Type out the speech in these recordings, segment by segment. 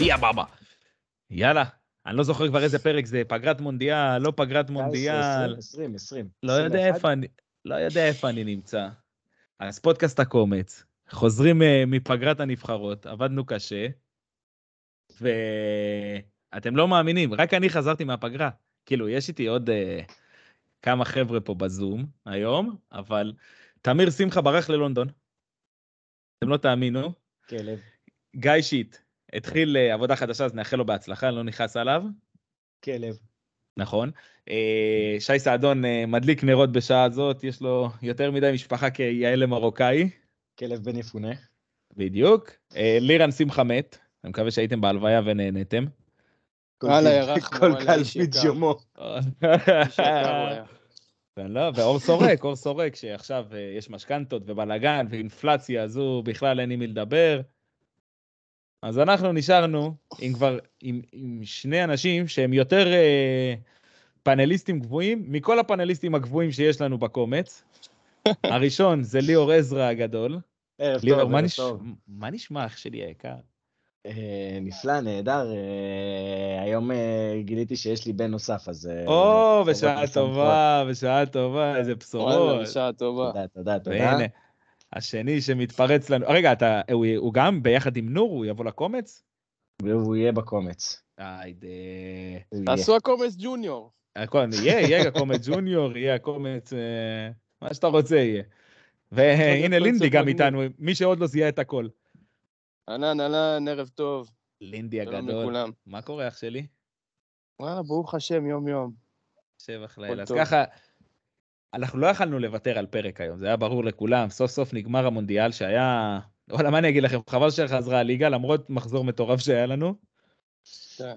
יא בבא. אה, יאללה, אני לא זוכר כבר איזה פרק זה, פגרת מונדיאל, לא פגרת מונדיאל, 20, 20. לא יודע 21. איפה אני, לא יודע איפה אני נמצא. אז פודקאסט הקומץ, חוזרים אה, מפגרת הנבחרות, עבדנו קשה, ואתם לא מאמינים, רק אני חזרתי מהפגרה. כאילו, יש איתי עוד אה, כמה חבר'ה פה בזום היום, אבל תמיר שמחה ברח ללונדון. אתם לא תאמינו. כלב, גיא שיט התחיל אה, עבודה חדשה, אז נאחל לו בהצלחה, אני לא נכנס עליו. כלב. נכון. אה, שי סעדון אה, מדליק נרות בשעה זאת, יש לו יותר מדי משפחה כיעל למרוקאי, כלב בן יפונה. בדיוק. אה, לירן שמחה מת, אני מקווה שהייתם בהלוויה ונהנתם. וואלה, ירחנו, כל וואלה, איש קלפי יקר. ג'ומו. איש יקר הוא היה. לא, ואור סורק, אור סורק, שעכשיו אה, יש משכנתות ובלאגן ואינפלציה, אז הוא בכלל אין עם מי לדבר. אז אנחנו נשארנו עם כבר, עם, עם שני אנשים שהם יותר אה, פאנליסטים גבוהים, מכל הפאנליסטים הגבוהים שיש לנו בקומץ. הראשון זה ליאור עזרא הגדול. ערב ליאור, טוב, מה, ערב נש... טוב. מה נשמע אח שלי היקר? אה, נפלא, נהדר. אה, היום אה, גיליתי שיש לי בן נוסף, אז... או, אה, בשורות בשעה משמחות. טובה, בשעה טובה, איזה וואלה, בשורות. בשעה טובה. תודה, תודה, תודה. והנה, השני שמתפרץ לנו, רגע, אתה, הוא, הוא גם ביחד עם נור, הוא יבוא לקומץ? והוא יהיה בקומץ. היידה. הוא יהיה. תעשו הקומץ ג'וניור. אה, הכל, יהיה, יהיה הקומץ ג'וניור, יהיה הקומץ, אה, מה שאתה רוצה יהיה. והנה קומץ לינדי גם מגניב. איתנו, מי שעוד לא זיהה את הכל. אהלן, אהלן, ערב טוב. לינדי שלום הגדול, לכולם. מה קורה אח שלי? וואלה, ברוך השם, יום-יום. שבח הכל לאל. אז טוב. ככה, אנחנו לא יכלנו לוותר על פרק היום, זה היה ברור לכולם. סוף סוף נגמר המונדיאל שהיה... וואלה, מה אני אגיד לכם? חבל שחזרה הליגה, למרות מחזור מטורף שהיה לנו, כן.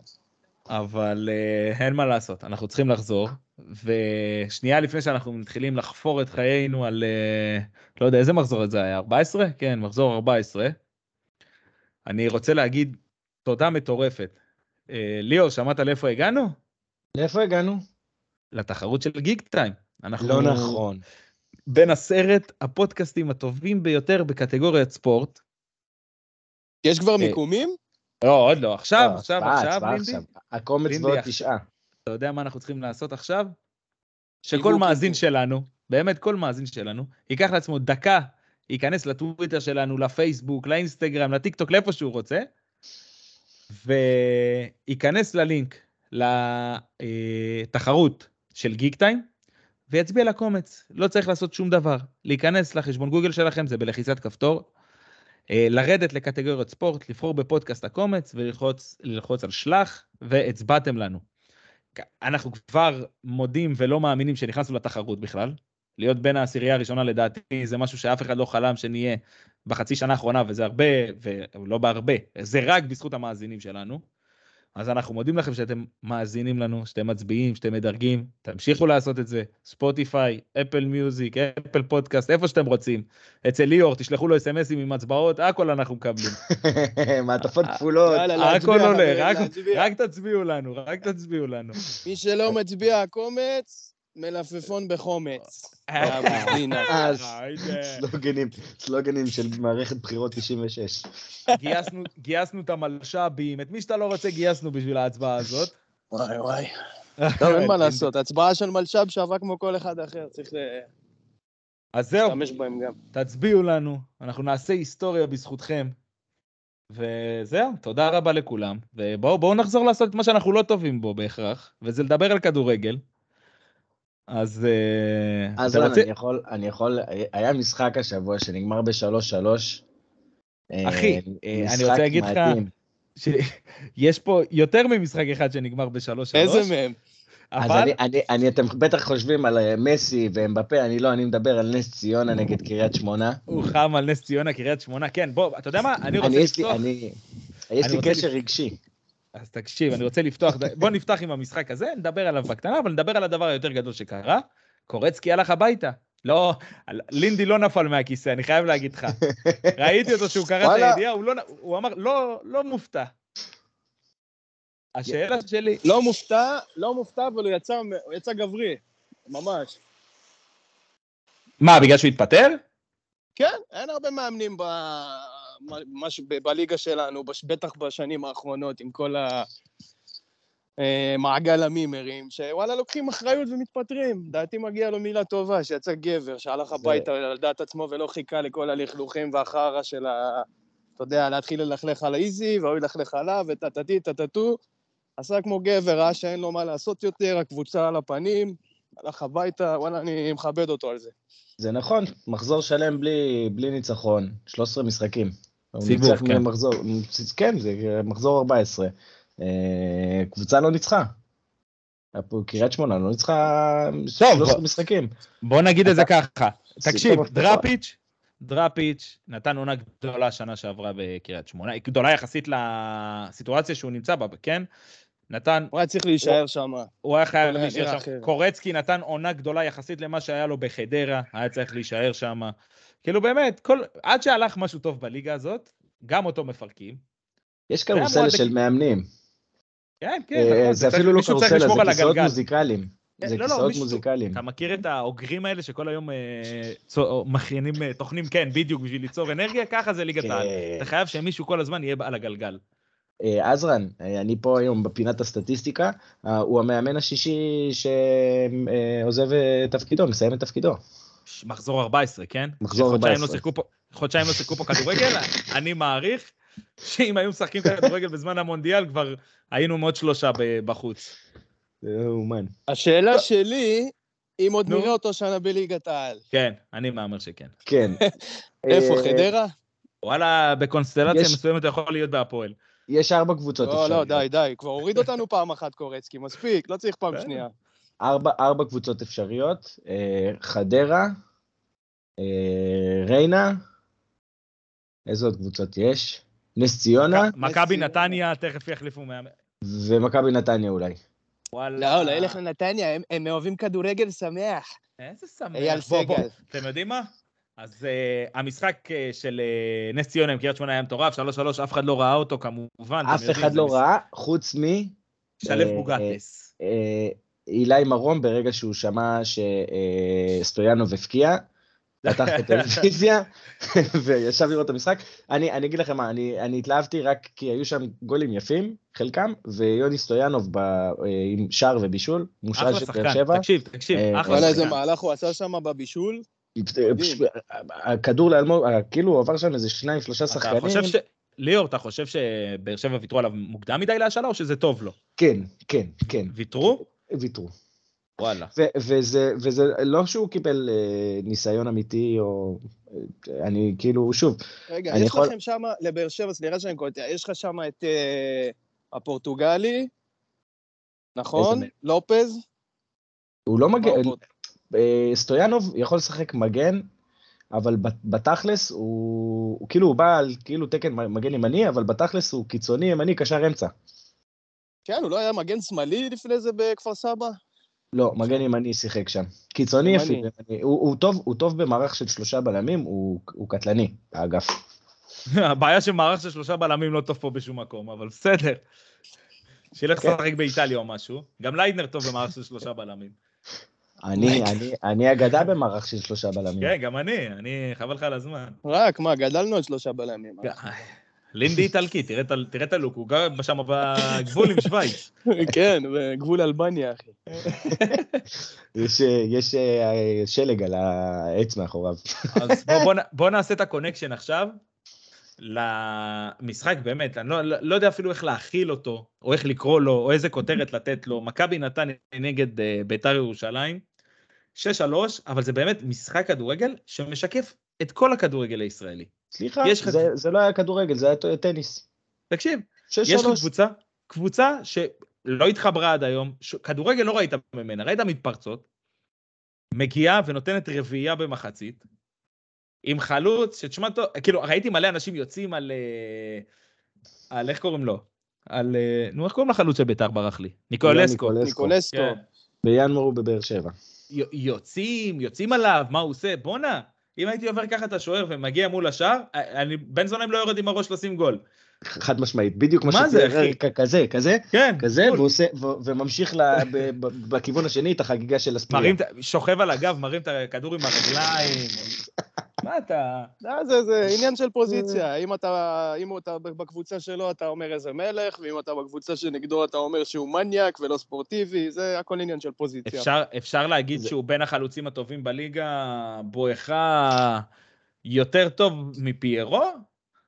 אבל אה, אין מה לעשות, אנחנו צריכים לחזור. ושנייה לפני שאנחנו מתחילים לחפור את חיינו על... אה, לא יודע, איזה מחזור זה היה? 14? כן, מחזור 14. אני רוצה להגיד תודה מטורפת. אה, ליאור, שמעת לאיפה הגענו? לאיפה הגענו? לתחרות של גיג טיים. אנחנו... לא נכון. בין עשרת הפודקאסטים הטובים ביותר בקטגוריית ספורט. יש כבר אה, מיקומים? לא, עוד לא, עכשיו, לא, עכשיו, הצבעה, עכשיו, הצבעה לינדי. עכשיו. הקומץ לינדי, ועוד אח- תשעה. אתה יודע מה אנחנו צריכים לעשות עכשיו? שכל שיווק מאזין איתי. שלנו, באמת כל מאזין שלנו, ייקח לעצמו דקה, ייכנס לטוויטר שלנו, לפייסבוק, לאינסטגרם, לטיקטוק, לאיפה שהוא רוצה, וייכנס ללינק לתחרות של גיק טיים, ויצביע לקומץ. לא צריך לעשות שום דבר. להיכנס לחשבון גוגל שלכם, זה בלחיצת כפתור. אה, לרדת לקטגוריית ספורט, לבחור בפודקאסט הקומץ וללחוץ ללחוץ על שלח, והצבעתם לנו. אנחנו כבר מודים ולא מאמינים שנכנסנו לתחרות בכלל. להיות בין העשירייה הראשונה לדעתי זה משהו שאף אחד לא חלם שנהיה בחצי שנה האחרונה, וזה הרבה, ולא בהרבה, זה רק בזכות המאזינים שלנו. אז אנחנו מודים לכם שאתם מאזינים לנו, שאתם מצביעים, שאתם מדרגים, תמשיכו לעשות את זה, ספוטיפיי, אפל מיוזיק, אפל פודקאסט, איפה שאתם רוצים. אצל ליאור, תשלחו לו אס.אם.אסים עם הצבעות, הכל אנחנו מקבלים. מעטפות אה, כפולות. יאללה, הכל להצביע, עולה, חברים, רק- להצביע. רק תצביעו לנו, רק תצביעו לנו. מי שלא מצביע הקומץ, מלפפון בחומץ. אה, אה, והמדינה. אז היידה. אה, סלוגנים, סלוגנים של מערכת בחירות 96. גייסנו, גייסנו את המלש"בים, את מי שאתה לא רוצה גייסנו בשביל ההצבעה הזאת. וואי וואי. טוב, אין אה, מה לעשות, הצבעה של מלש"ב שווה כמו כל אחד אחר, צריך אז זהו, להשתמש בהם גם. תצביעו לנו, אנחנו נעשה היסטוריה בזכותכם. וזהו, תודה רבה לכולם, ובואו בואו נחזור לעשות את מה שאנחנו לא טובים בו בהכרח, וזה לדבר על כדורגל. אז... אה, אז אתה רן, רוצה- אני יכול, אני יכול, היה משחק השבוע שנגמר ב-3-3. אה, אחי, אה, אני משחק רוצה להגיד לך- מדהים. ש- יש פה יותר ממשחק אחד שנגמר בשלוש שלוש, איזה מהם? אז אבל אני, אני, אני, אתם בטח חושבים על אה, מסי ואמבפה, אני לא, אני מדבר על נס ציונה נגד קריית שמונה. הוא חם על נס ציונה, קריית שמונה, כן, בוא, אתה יודע מה, אני אני, רוצה יש לי, לפתוח... אני, יש אני לי רוצה קשר רגשי. אז תקשיב, אני רוצה לפתוח, בוא נפתח עם המשחק הזה, נדבר עליו בקטנה, אבל נדבר על הדבר היותר גדול שקרה. קורצקי הלך הביתה. לא, לינדי לא נפל מהכיסא, אני חייב להגיד לך. ראיתי אותו שהוא קרא את וואלה. הידיעה, הוא, לא, נ- הוא אמר, לא, לא מופתע. השאלה שלי, לא מופתע, לא מופתע, אבל הוא יצא, הוא יצא גברי, ממש. מה, בגלל שהוא התפטר? כן, אין הרבה מאמנים ב... מה שבליגה שלנו, בש- בטח בשנים האחרונות, עם כל ה... אה, מעגל המימרים, שוואלה לוקחים אחריות ומתפטרים. לדעתי מגיע לו מילה טובה, שיצא גבר, שהלך הביתה על דעת עצמו ולא חיכה לכל הלכלוכים והחרא של ה... אתה יודע, להתחיל ללכלך על האיזי, והוא ילכלך עליו, וטטטי, טטטו. עשה כמו גבר, ראה שאין לו מה לעשות יותר, הקבוצה על הפנים, הלך הביתה, וואלה, אני מכבד אותו על זה. זה נכון, מחזור שלם בלי, בלי ניצחון, 13 משחקים. הוא סיבוב, ניצח כן. מחזור, כן, זה מחזור 14. אה, קבוצה לא ניצחה. הפו- קריית שמונה לא ניצחה 13 בוא- משחקים. בוא נגיד את זה ככה, תקשיב, סיפור הבטחה. דראפיץ', דראפיץ' נתן עונה גדולה שנה שעברה בקריית שמונה, היא גדולה יחסית לסיטואציה שהוא נמצא בה, כן? נתן, הוא היה צריך להישאר שם. הוא היה חייב הוא היה נראה להישאר שם. אחר. קורצקי נתן עונה גדולה יחסית למה שהיה לו בחדרה, היה צריך להישאר שם. כאילו באמת, כל, עד שהלך משהו טוב בליגה הזאת, גם אותו מפרקים. יש היה קרוסלה מועד לק- של מאמנים. כן, כן, אה, נכון, זה צריך- אפילו לא מישהו צריך קרוסלה, זה לשמור על כיסאות הגלגל. מוזיקליים. אה, זה לא, לא, כיסאות מישהו- מוזיקליים. אתה מכיר את האוגרים האלה שכל היום אה, צו- מכינים, אה, טוחנים, כן, בדיוק, בשביל ליצור אנרגיה? ככה זה ליגת העל. כן. אתה חייב שמישהו כל הזמן יהיה על הגלגל. אה, עזרן, אה, אני פה היום בפינת הסטטיסטיקה, אה, הוא המאמן השישי שעוזב אה, תפקידו, מסיים את תפקידו. ש- מחזור 14, כן? מחזור שחודשיים 14. לא שיחקו פה- חודשיים לא שיחקו פה כדורגל, אני מעריך שאם היו משחקים כדורגל בזמן המונדיאל, כבר היינו מאוד שלושה ב- בחוץ. אה, אומן. לא. השאלה שלי, אם עוד נו. נראה אותו שנה בליגת העל, כן, אני מהמר שכן. כן. איפה, אה, חדרה? וואלה, בקונסטלציה יש- מסוימת הוא יכול להיות בהפועל. יש ארבע קבוצות לא, לא, אפשריות. די, די, כבר הוריד אותנו פעם אחת קורצקי, מספיק, לא צריך פעם כן. בסדר. שנייה. ארבע, ארבע קבוצות אפשריות, אה, חדרה, אה, ריינה, איזה עוד קבוצות יש? נס ציונה מכבי נתניה תכף יחליפו מאמן. ומכבי נתניה אולי. וואלה. לא, לא, ילך לנתניה, הם- הם אוהבים כדורגל שמח. איזה שמח. אייל בוא, בוא, סגל. אתם יודעים מה? אז uh, המשחק uh, של uh, נס ציונה עם קריית שמונה היה מטורף, 3-3, אף אחד לא ראה אותו כמובן. אתם אף יודעים, אחד זה לא מש- ראה, חוץ מ... שלו אה, בוגטס. אה, אילי מרום ברגע שהוא שמע שסטויאנוב הפקיע, פתח את הטלוויזיה וישב לראות את המשחק. אני, אני אגיד לכם מה, אני, אני התלהבתי רק כי היו שם גולים יפים, חלקם, ויוני סטויאנוב ב, אה, עם שער ובישול, מושל אחלה של באר שחקן, שבע. תקשיב, תקשיב, אה, אחלה וואלה, איזה שחקן. מהלך הוא עשה שם בבישול. פשוט, אה, הכדור לאלמוג, כאילו הוא עבר שם איזה שניים, שלושה אתה שחקנים. חושב ש... ליאור, אתה חושב שבאר שבע ויתרו עליו מוקדם מדי להשאלה, או שזה טוב לו? כן, כן, כן, ויתרו? ויתרו. וואלה. ו- וזה, וזה לא שהוא קיבל אה, ניסיון אמיתי, או... אה, אני כאילו, שוב, רגע, אני יש יכול- לכם שם, לבאר שבע, סליחה שאני קוטע, יש לך שם את אה, הפורטוגלי, נכון? איזה לופז? הוא לא מגן, מה הוא פה? אה, סטויאנוב יכול לשחק מגן, אבל ב- בתכלס הוא, הוא כאילו הוא בא על כאילו תקן מ- מגן ימני, אבל בתכלס הוא קיצוני ימני קשר אמצע. כן, הוא לא היה מגן שמאלי לפני זה בכפר סבא? לא, מגן ימני שיחק שם. קיצוני ימני. יפי, ימני. הוא, הוא, טוב, הוא טוב במערך של שלושה בלמים, הוא, הוא קטלני, האגף. הבעיה שמערך של שלושה בלמים לא טוב פה בשום מקום, אבל בסדר. שילך כן. לשחק באיטליה או משהו. גם ליידנר טוב במערך של שלושה בלמים. אני, אני, אני אגדה במערך של שלושה בלמים. כן, גם אני, אני, חבל לך על הזמן. אה, רק, מה, גדלנו על שלושה בלמים. לינדי איטלקי, תראה את ה- תראה את הלוק, הוא גר שם בגבול עם שווייץ. כן, בגבול אלבניה, אחי. יש, אה, יש אה, שלג על העץ מאחוריו. אז בוא- בוא נ- בוא נעשה את הקונקשן עכשיו למשחק, באמת, אני לא- לא לא יודע אפילו איך להכיל אותו, או איך לקרוא לו, או איזה כותרת לתת לו. מכבי נתניה נגד אה, ביתר ירושלים, 6-3, אבל זה באמת משחק כדורגל שמשקף את כל הכדורגל הישראלי. סליחה, יש לך- זה, זה לא היה כדורגל, זה היה ט- טניס. תקשיב, שש יש לי שלוש. קבוצה, קבוצה שלא התחברה עד היום, ש... כדורגל לא ראית ממנה, ראית מתפרצות, מגיעה ונותנת רביעייה במחצית, עם חלוץ, שתשמע טוב, כאילו, ראיתי מלא אנשים יוצאים על... אה, על איך קוראים לו? על... אה, נו, איך קוראים לחלוץ של בית"ר ברח לי? ניקולסקו. ניקולסקו. ניקולסקו. כן. בינואר הוא בבאר שבע. י- יוצאים, יוצאים עליו, מה הוא עושה? בואנה, אם הייתי עובר ככה את השוער ומגיע מול השער, אני, בן זונה אם לא יורד עם הראש לשים גול. חד משמעית, בדיוק מה מה זה, שתיאר אחי? כ- כזה, כזה, כן, כזה, בול. ועושה, ו- וממשיך ל- ב- ב- בכיוון השני את החגיגה של הספורט. מרים, את- שוכב על הגב, מרים את הכדור עם הרגליים. מה אתה... לא, זה, זה עניין של פוזיציה. אם אתה, אם אתה בקבוצה שלו, אתה אומר איזה מלך, ואם אתה בקבוצה שנגדו, אתה אומר שהוא מניאק ולא ספורטיבי, זה הכל עניין של פוזיציה. אפשר, אפשר להגיד זה... שהוא בין החלוצים הטובים בליגה, בואכה יותר טוב מפיירו?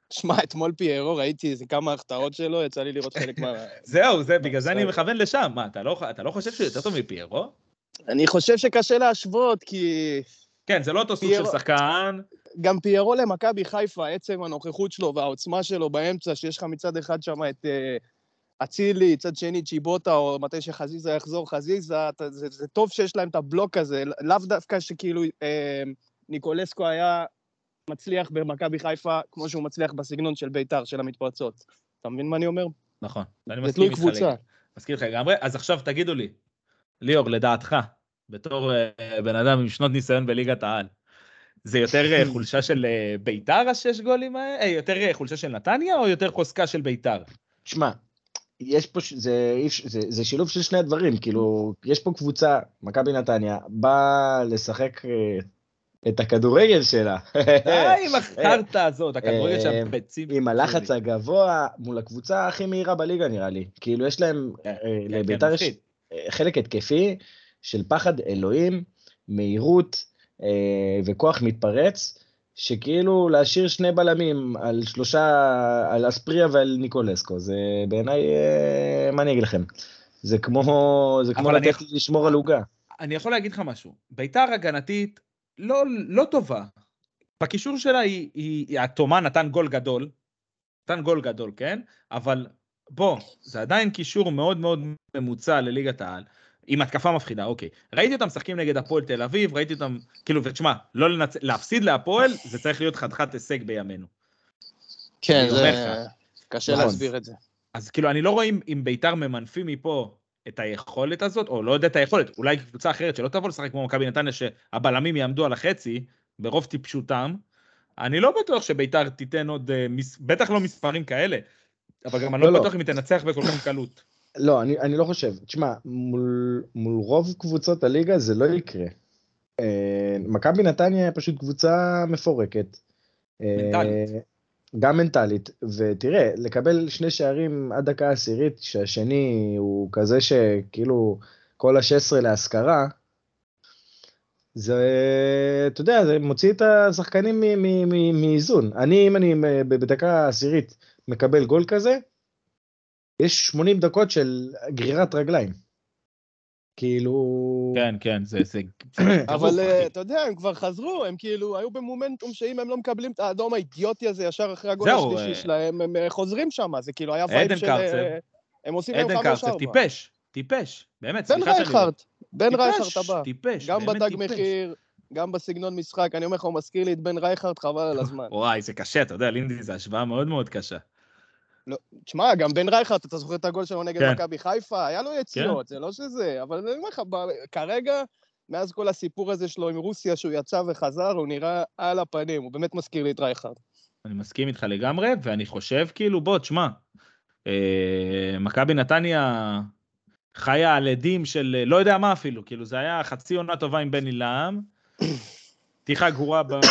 שמע, אתמול פיירו ראיתי איזה כמה החטאות שלו, יצא לי לראות חלק מה... זהו, זה, בגלל זה אני מכוון לשם. מה, אתה לא, אתה לא חושב שהוא יותר טוב מפיירו? אני חושב שקשה להשוות, כי... כן, זה לא אותו סוג של פיירו- שחקן. גם פיירו למכבי חיפה, עצם הנוכחות שלו והעוצמה שלו באמצע, שיש לך מצד אחד שם את אה, אצילי, צד שני צ'יבוטה, או מתי שחזיזה יחזור חזיזה, אתה, זה, זה טוב שיש להם את הבלוק הזה, לאו דווקא שכאילו אה, ניקולסקו היה מצליח במכבי חיפה כמו שהוא מצליח בסגנון של ביתר, של המתפרצות. אתה מבין מה אני אומר? נכון, ואני זה מסכים תלוי איתך. קבוצה. לגמרי. מסכים איתך לגמרי. אז עכשיו תגידו לי, ליאור, לדעתך, בתור אה, בן אדם עם שנות ניסיון בליגת העל, זה יותר אה, חולשה של אה, ביתר, השש גולים האלה? אה, יותר אה, חולשה של נתניה, או יותר חוזקה של ביתר? תשמע, יש פה, ש- זה, אי אפ- זה, זה שילוב של שני הדברים, כאילו, יש פה קבוצה, מכבי נתניה, באה לשחק אה, את הכדורגל שלה. די אה, עם החרטא הזאת, הכדורגל אה, שם כן, ביצים. עם הלחץ הגבוה מול הקבוצה הכי מהירה בליגה נראה לי. כאילו יש להם, אה, אה, כן, לביתר יש מפחיד. אה, חלק התקפי של פחד אלוהים, מהירות אה, וכוח מתפרץ, שכאילו להשאיר שני בלמים על שלושה, על אספריה ועל ניקולסקו, זה בעיניי, אה, מה אני אגיד לכם? זה כמו, זה כמו אבל אני לתת לי לשמור על עוגה. אני יכול להגיד לך משהו, ביתר הגנתית לא, לא טובה. בקישור שלה היא, היא, היא התומה נתן גול גדול, נתן גול גדול, כן? אבל בוא, זה עדיין קישור מאוד מאוד ממוצע לליגת העל, עם התקפה מפחידה, אוקיי. ראיתי אותם משחקים נגד הפועל תל אביב, ראיתי אותם, כאילו, ותשמע, לא לנצ... להפסיד להפועל, זה צריך להיות חתיכת הישג בימינו. כן, אני זה... אומר קשה נכון. להסביר את זה. אז כאילו, אני לא רואה אם, אם ביתר ממנפים מפה את היכולת הזאת, או לא יודע את היכולת, אולי קבוצה אחרת שלא תבוא לשחק כמו מכבי נתניה, שהבלמים יעמדו על החצי, ברוב טיפשותם. אני לא בטוח שביתר תיתן עוד, אה, מס... בטח לא מספרים כאלה, אבל גם אני לא, לא, לא. בטוח אם היא תנצח בכל כך קלות. לא, אני, אני לא חושב. תשמע, מול, מול רוב קבוצות הליגה זה לא יקרה. אה, מכבי נתניה היא פשוט קבוצה מפורקת. אה, מנטלית. גם מנטלית. ותראה, לקבל שני שערים עד דקה עשירית, שהשני הוא כזה שכאילו כל ה-16 להשכרה, זה, אתה יודע, זה מוציא את השחקנים מ- מ- מ- מאיזון. אני, אם אני אה, ב- בדקה עשירית מקבל גול כזה, יש 80 דקות של גרירת רגליים. כאילו... כן, כן, זה... זה... אבל טירוף, אה, אחי. אתה יודע, הם כבר חזרו, הם כאילו היו במומנטום שאם הם לא מקבלים את האדום האידיוטי הזה ישר אחרי הגול זהו, השלישי אה, שלהם, הם אה, חוזרים שם, זה כאילו היה עדן וייב של... קרצב. אה, הם עושים להם עדן חמש קרצב ארבע. טיפש, טיפש, באמת, בן שאני- לא- רייכרד, בן רייכרד טיפש, הבא. טיפש, גם באמת בתג טיפש. מחיר, גם בסגנון משחק, אני אומר לך, הוא מזכיר לי את בן רייכרד, חבל על הזמן. וואי, זה קשה, אתה יודע, לינדי, זו השוואה מאוד מאוד קשה. תשמע, גם בן רייכרד, אתה זוכר את הגול שלו נגד כן. מכבי חיפה? היה לו יציאות, זה לא שזה, אבל אני אומר לך, ב- כרגע, מאז כל הסיפור הזה שלו עם רוסיה, שהוא יצא וחזר, הוא נראה על הפנים, הוא באמת מזכיר לי את רייכרד. אני מסכים איתך לגמרי, ואני חושב כאילו, בוא, תשמע, אה, מכבי נתניה חיה על עדים של אה, לא יודע מה אפילו, כאילו זה היה חצי עונה טובה עם בני לעם, פתיחה גרועה בעונה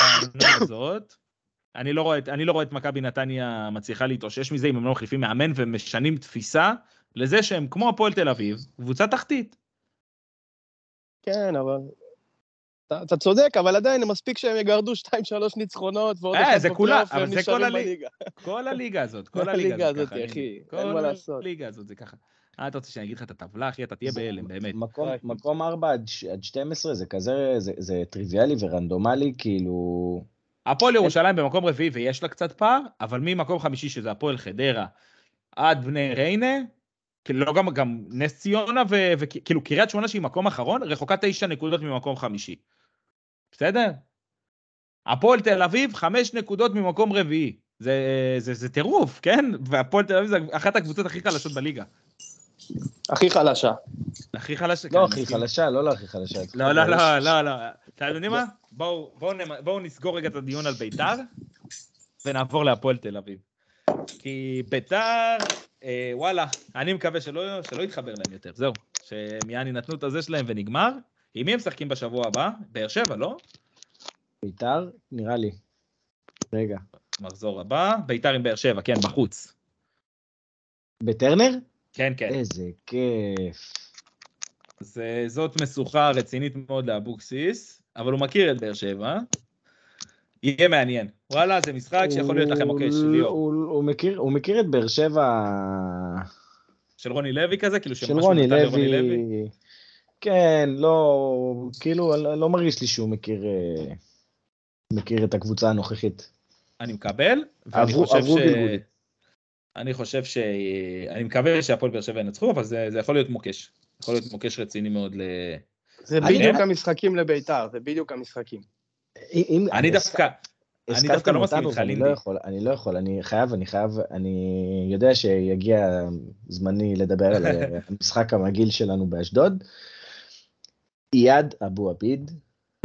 הזאת. אני לא רואה, את- אני לא רואה את מכבי נתניה מצליחה להתאושש מזה אם הם לא מחליפים מאמן ומשנים תפיסה לזה שהם כמו הפועל תל אביב, קבוצה תחתית. כן, אבל... אתה, אתה צודק, אבל עדיין מספיק שהם יגרדו 2-3 ניצחונות ועוד אה, אחד זה בפלייאוף, כולה, אבל והם זה נשארים כל הליג- בליגה. כל הליגה הזאת, כל הליגה הליגה הזאת הזאת, ככה. אני- אחי, אין מה כל לעשות. הליגה הזאת זה ככה. אה, אתה רוצה שאני אגיד לך את הטבלה, אחי? אתה תהיה זה- בהלם, באמת. מקום, די. מקום 4 עד, ש- עד 12 זה כזה, זה, זה טריוויאלי ורנדומלי, כאילו... הפועל ירושלים במקום רביעי ויש לה קצת פער, אבל ממקום חמישי שזה הפועל חדרה עד בני ריינה, כאילו, לא גם, גם נס ציונה ו- וכאילו קריית שמונה שהיא מקום אחרון, רחוקה תשע נקודות ממקום חמישי. בסדר? הפועל תל אביב חמש נקודות ממקום רביעי. זה, זה, זה טירוף, כן? והפועל תל אביב זה אחת הקבוצות הכי חלשות בליגה. הכי חלשה. הכי חלשה. כן, לא אני הכי מסכים. חלשה, לא לא הכי חלשה. לא, לא, לא, לא, לא. אתם יודעים מה? בואו- בואו נמ- בואו נסגור רגע את הדיון על ביתר, ונעבור להפועל תל אביב. כי ביתר, אה, וואלה, אני מקווה שלא שלא יתחבר להם יותר, זהו. שהם יעני נתנו את הזה שלהם ונגמר. עם מי הם משחקים בשבוע הבא? באר שבע, לא? ביתר? נראה לי. רגע. מחזור הבא, ביתר עם באר שבע, כן, בחוץ. בטרנר? כן, כן. איזה כיף. זה, זאת משוכה רצינית מאוד לאבוקסיס, אבל הוא מכיר את באר שבע. יהיה מעניין. וואלה, זה משחק שיכול להיות לכם אוקיי, מוקש, הוא- ליאור. אה, הוא הוא מכיר- הוא מכיר את באר שבע של רוני לוי כזה? כאילו של שמשהו רוני נתן לרוני לוי. כן, לא, כאילו, לא- לא מרגיש לי שהוא מכיר אה, מכיר את הקבוצה הנוכחית. אני מקבל, ואני עברו- חושב עברו ש... גלגולים. אני חושב ש... אני מקווה שהפועל באר שבע ינצחו, אבל זה, זה יכול להיות מוקש. יכול להיות מוקש רציני מאוד ל... זה אני- בדיוק המשחקים לביתר, זה בדיוק המשחקים. אם- אה, אני דווקא... אני דווקא הזכרתם לא מסכים אותנו, איתך, ואני לינדי. לא יכול, אני לא יכול, אני חייב, אני חייב, אני יודע שיגיע זמני לדבר על המשחק המגעיל שלנו באשדוד. איאד אבו עביד,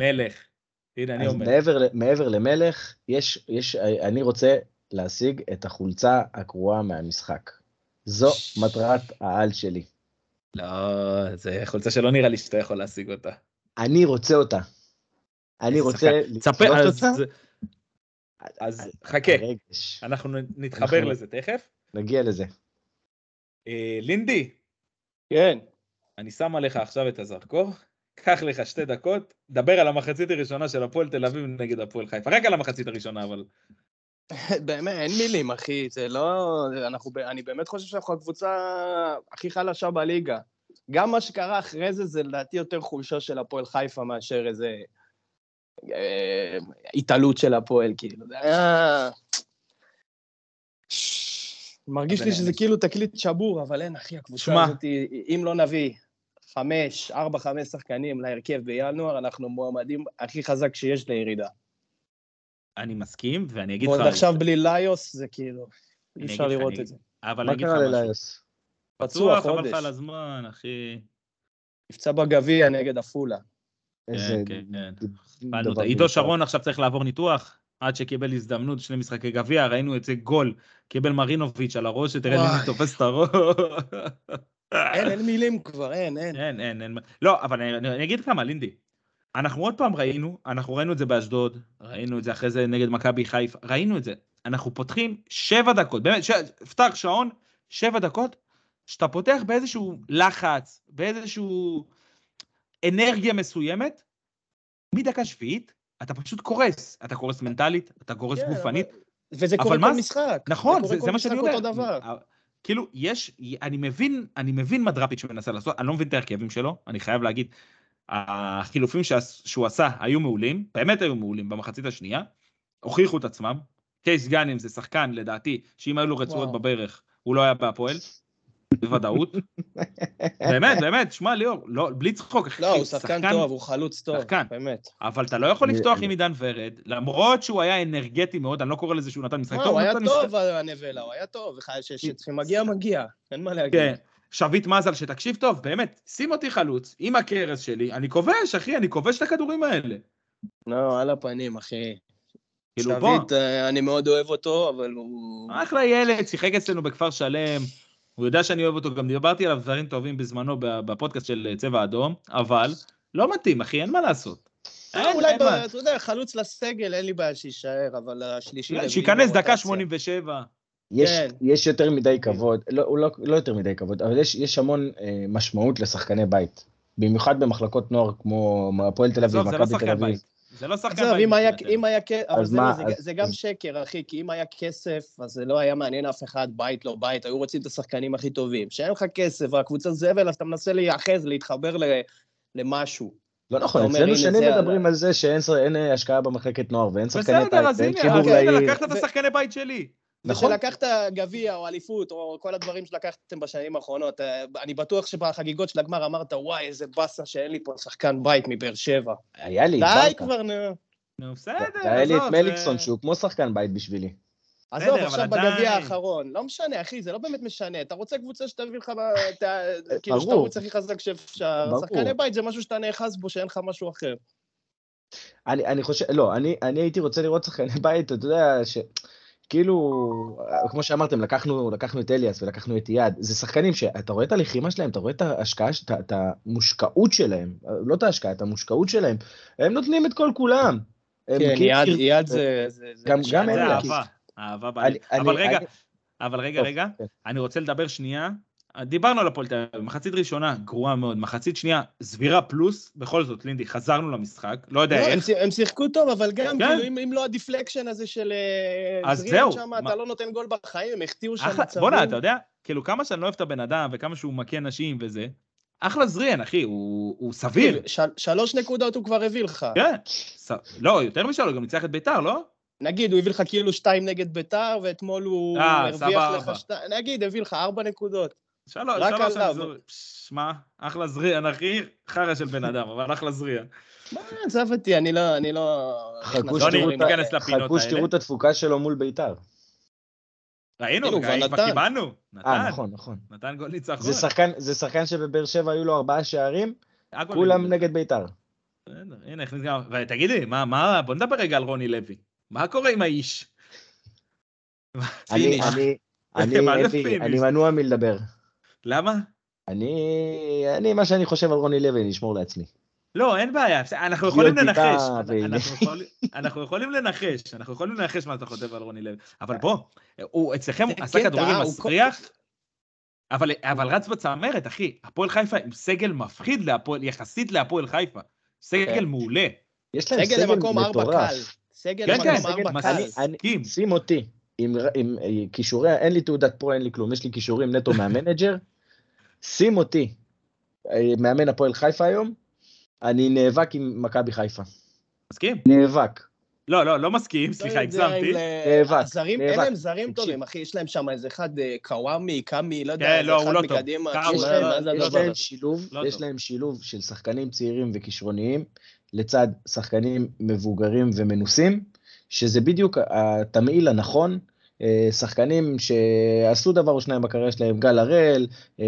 מלך. הנה, אני אז אומר. מעבר, ל- מעבר למלך, יש, יש, אני רוצה להשיג את החולצה הקרועה מהמשחק. זו מטרת העל שלי. לא, זה חולצה שלא נראה לי שאתה יכול להשיג אותה. אני רוצה אותה. אני איזה רוצה שחקן. תספר, לתלות אז- אותה. אז חכה, הרגש. אנחנו נתחבר אנחנו- לזה תכף. נגיע לזה. אה, לינדי, כן. אני שם עליך עכשיו את הזרקור, קח לך שתי דקות, דבר על המחצית הראשונה של הפועל תל אביב נגד הפועל חיפה, רק על המחצית הראשונה, אבל באמת, אין מילים, אחי, זה לא... אנחנו, ב- אני באמת חושב שאנחנו הקבוצה הכי חלשה בליגה. גם מה שקרה אחרי זה, זה לדעתי יותר חולשה של הפועל חיפה מאשר איזה אה, התעלות של הפועל, כאילו. זה היה... מרגיש אז לי אני- שזה כאילו תקליט שבור, אבל אין, אחי, שמע. הקבוצה הזאת, היא- אם לא נביא חמש, ארבע, חמש שחקנים להרכב בינואר, אנחנו מועמדים הכי חזק שיש לירידה. אני מסכים, ואני אגיד ועוד לך, עכשיו בלי ליוס, זה כאילו, אי אני אפשר אגיד לך, לראות אני- את זה. אבל מה אני אגיד לך קרה משהו, לליוס? פצוע, חבל לך על הזמן, אחי, נפצע בגביע נגד עפולה. איזה כן, כן, כן. דבר כאילו פעלנו את- עידו מיותר. שרון עכשיו צריך לעבור ניתוח, עד שקיבל הזדמנות שני משחקי גביע, ראינו את זה גול, קיבל מרינוביץ' על הראש, שתראה למי וואי. זה תופס את הראש. אין, אין מילים כבר, אין, אין. אין, אין, אין. לא, אבל אני, אני, אני אגיד כמה, לינדי. אנחנו עוד פעם ראינו, אנחנו ראינו את זה באשדוד, ראינו את זה אחרי זה נגד מכבי חיפה, ראינו את זה. אנחנו פותחים שבע דקות, באמת, ש... פתח שעון, שבע דקות, שאתה פותח באיזשהו לחץ, באיזשהו אנרגיה מסוימת, מדקה שביעית, אתה פשוט קורס. אתה קורס מנטלית, אתה קורס כן, גופנית, וזה אבל קורה מה כל זה- משחק. נכון, קורה זה, כל זה מה שאני משחק אומר. אותו דבר. אה, כאילו, יש, אני מבין, אני מבין מה דראפיץ' מנסה לעשות, אני לא מבין את ההרכבים שלו, אני חייב להגיד, החילופים שעש, שהוא עשה היו מעולים, באמת היו מעולים במחצית השנייה, הוכיחו את עצמם, קייס גאנם זה שחקן, לדעתי, שאם היו לו רצועות וואו. בברך, הוא לא היה בהפועל, בוודאות. באמת, באמת, שמע, ליאור, לא, בלי צחוק, אחי, לא, הוא שחקן טוב, הוא חלוץ טוב, שחקן. באמת. אבל אתה לא יכול אני- לפתוח אני- עם עידן ורד, למרות שהוא היה אנרגטי מאוד, אני לא קורא לזה שהוא נתן משחק מה, טוב, הוא היה נתן משחק- טוב, הנבלה, הוא היה טוב. וחי- ש- ש- כשמגיע, מגיע. אין מה להגיד. כן, שביט מזל, שתקשיב טוב, באמת, שים אותי חלוץ, עם הכרס שלי, אני כובש, אחי, אני כובש את הכדורים האלה. לא, על הפנים, אחי. כאילו, בוא, אה, שביט, אה, אני מאוד אוהב אותו, אבל הוא... אחלה ילד, שיחק אצלנו בכפר שלם, הוא יודע שאני אוהב אותו, גם דיברתי עליו דברים טובים בזמנו בפודקאסט של אה, צבע אדום, אבל לא מתאים, אחי, אין מה לעשות. אה, אין, אולי, אין ב- מה. אתה יודע, חלוץ לסגל, אין לי בעיה שיישאר, אבל השלישי... לא, רביעי לא שייכנס דקה ברוטציה. 87. יש, כן. יש יותר מדי כבוד, לא, הוא לא, לא יותר מדי כבוד, אבל יש, יש המון אה, משמעות לשחקני בית. במיוחד במחלקות נוער כמו הפועל תל אביב, עזוב, זה לא מכבי תל שחקן אביב. בית. זה לא שחקן עזוב, בית. אם היה- מבחינתנו. אם היה כסף, אבל אז זה לא, מה, זה- אז- זה גם אז- שקר, אחי, כי אם היה כסף, אז זה לא היה מעניין אף אחד, בית לא בית, היו רוצים את השחקנים הכי טובים. כשאין לך כסף והקבוצה זבל, אז אתה מנסה להיאחז, להתחבר ל- למשהו. לא נכון, אומר, אצלנו הנה, שנים זה- מדברים על זה שאין ש- אין, אה, השקעה במחלקת נוער ואין שחקני בית כאילו בסדר, אז ואין הנה, חיבור אז הנה, לעיר. לקחת את ו- השחקני בית שלי. נכון. ושלקחת גביע או אליפות, או כל הדברים שלקחתם בשנים האחרונות, אה, אני בטוח שבחגיגות של הגמר אמרת, וואי, איזה באסה שאין לי פה שחקן בית מבאר שבע. היה לי, די ברקה. כבר, נו. נו, בסדר, היה לי עזוב, את זה- מליקסון שהוא כמו שחקן בית בשבילי. בסדר, עזוב, אבל עכשיו עדיין. בגביע האחרון. לא משנה, אחי, זה לא באמת משנה. אתה רוצה קבוצה שתביא לך, ב- אה, אתה- כאילו, ברור. שתרוץ הכי חזק שאפשר. ברור. שחקני בית זה משהו שאתה נאחז בו, שאין לך משהו אחר. אני, אני חושב, לא, אני, אני הייתי רוצה לראות שחקני בית, אתה יודע, ש... כאילו, כמו שאמרתם, לקחנו, לקחנו את אליאס ולקחנו את אייד, זה שחקנים שאתה רואה את הלחימה שלהם, אתה רואה את ההשקעה, ש- את ה- את המושקעות שלהם, לא את ההשקעה, את המושקעות שלהם, הם נותנים את כל כולם. אה, הם כן, קיצ'ים. יד, יד זה... זה- זה- גם- זה- גם זה אין זה לה. אהבה. אהבה, אהבה אני- בעלי. אבל אני- רגע, אני- אבל רגע, טוב, רגע, כן. אני רוצה לדבר שנייה. דיברנו על הפועל תל אביב, מחצית ראשונה גרועה מאוד, מחצית שנייה סבירה פלוס, בכל זאת, לינדי, חזרנו למשחק, לא יודע לא, איך. הם שי- הם שיחקו טוב, אבל גם, כן. כאילו, אם- אם לא הדיפלקשן הזה של אה, אז זריאן זהו, שם, מה- אתה לא נותן גול בחיים, הם החטיאו שם אחלה, מצבים. בואנה, אתה יודע, כאילו כמה שאני לא אוהב את הבן אדם וכמה שהוא מכה נשים וזה, אחלה זריאן, אחי, הוא, הוא סביר. תקשיב, כאילו, של- שלוש נקודות הוא כבר הביא לך. כן, ס... לא, יותר משלו, גם ניצח את ביתר, לא? נגיד, הוא הביא לך כאילו שתיים נגד ביתר, ואתמול הוא אה, הרוויח סבבה. לך שתיים, נגיד, הביא לך ארבע נקודות. שלוש, רק שלוש, עליו. אני- שמע, אחלה זריאן, אחי, חרא של בן אדם, אבל אחלה זריאן. מה, עזב אותי, אני לא... אני לא... חכו נכנס לא שתראו לדברים את ה- האלה. ניכנס לפינות חכו שתראו האלה. את התפוקה שלו מול ביתר. ראינו, הנה, הוא כבר כבר נתן. קיבלנו. נתן, כאילו, אה, נכון, נכון. נתן גול ניצחון. זה שחקן, זה שחקן שבבאר שבע היו לו ארבעה שערים, הכל כולם נגד נגד ביתר. בסדר, הנה, הכניס גם... ותגידי, מה, מה, בוא נדבר רגע על רוני לוי. מה קורה עם האיש? אני, פיניש. אני, מה אני, זה אפי, פיניש? אני מנוע מלדבר. למה? אני, אני, מה שאני חושב על רוני לוי, אני אשמור לעצמי. לא, אין בעיה, בסדר, אנחנו היא יכולים עוד לנחש. טיפה, אנחנו והנה. יכולים- אנחנו יכולים לנחש, אנחנו יכולים לנחש מה אתה חוטב על רוני לוי. אבל בוא, הוא אצלכם זה עשה קטע, כדורגל כן, אה, הוא כל- מסריח, אבל אבל רץ בצמרת, אחי. הפועל חיפה עם סגל מפחיד להפועל- יחסית להפועל חיפה. סגל כן. מעולה. יש להם סגל סגל למקום ארבע מטורף. קל. סגל כן, כן, למקום ארבע מסכים. קל. אני, אני, מסכים. שים אותי עם, עם, עם כישורי, אין לי תעודת פרו, אין לי כלום, יש לי כישורים נטו מהמנג'ר. שים אותי, אה, מאמן הפועל חיפה היום, אני נאבק עם מכבי חיפה. מסכים? נאבק. לא, לא, לא מסכים, לא סליחה, יודע אם הגזמתי. ל- נאבק, הזרים, נאבק. אין להם זרים תקשיב. טובים, אחי, יש להם שם איזה אחד אה, קוואמי, קאמי, לא כן, יודע, איזה לא, הוא אחד לא טוב. מקדימה. קאמי, יש לא, להם, לא, מה זה יש הדבר להם הזה? שילוב, לא יש טוב. להם שילוב של שחקנים צעירים וכישרוניים לצד שחקנים מבוגרים ומנוסים, שזה בדיוק התמהיל הנכון. אה, שחקנים שעשו דבר או שניים בקריירה שלהם, גל הראל, אה,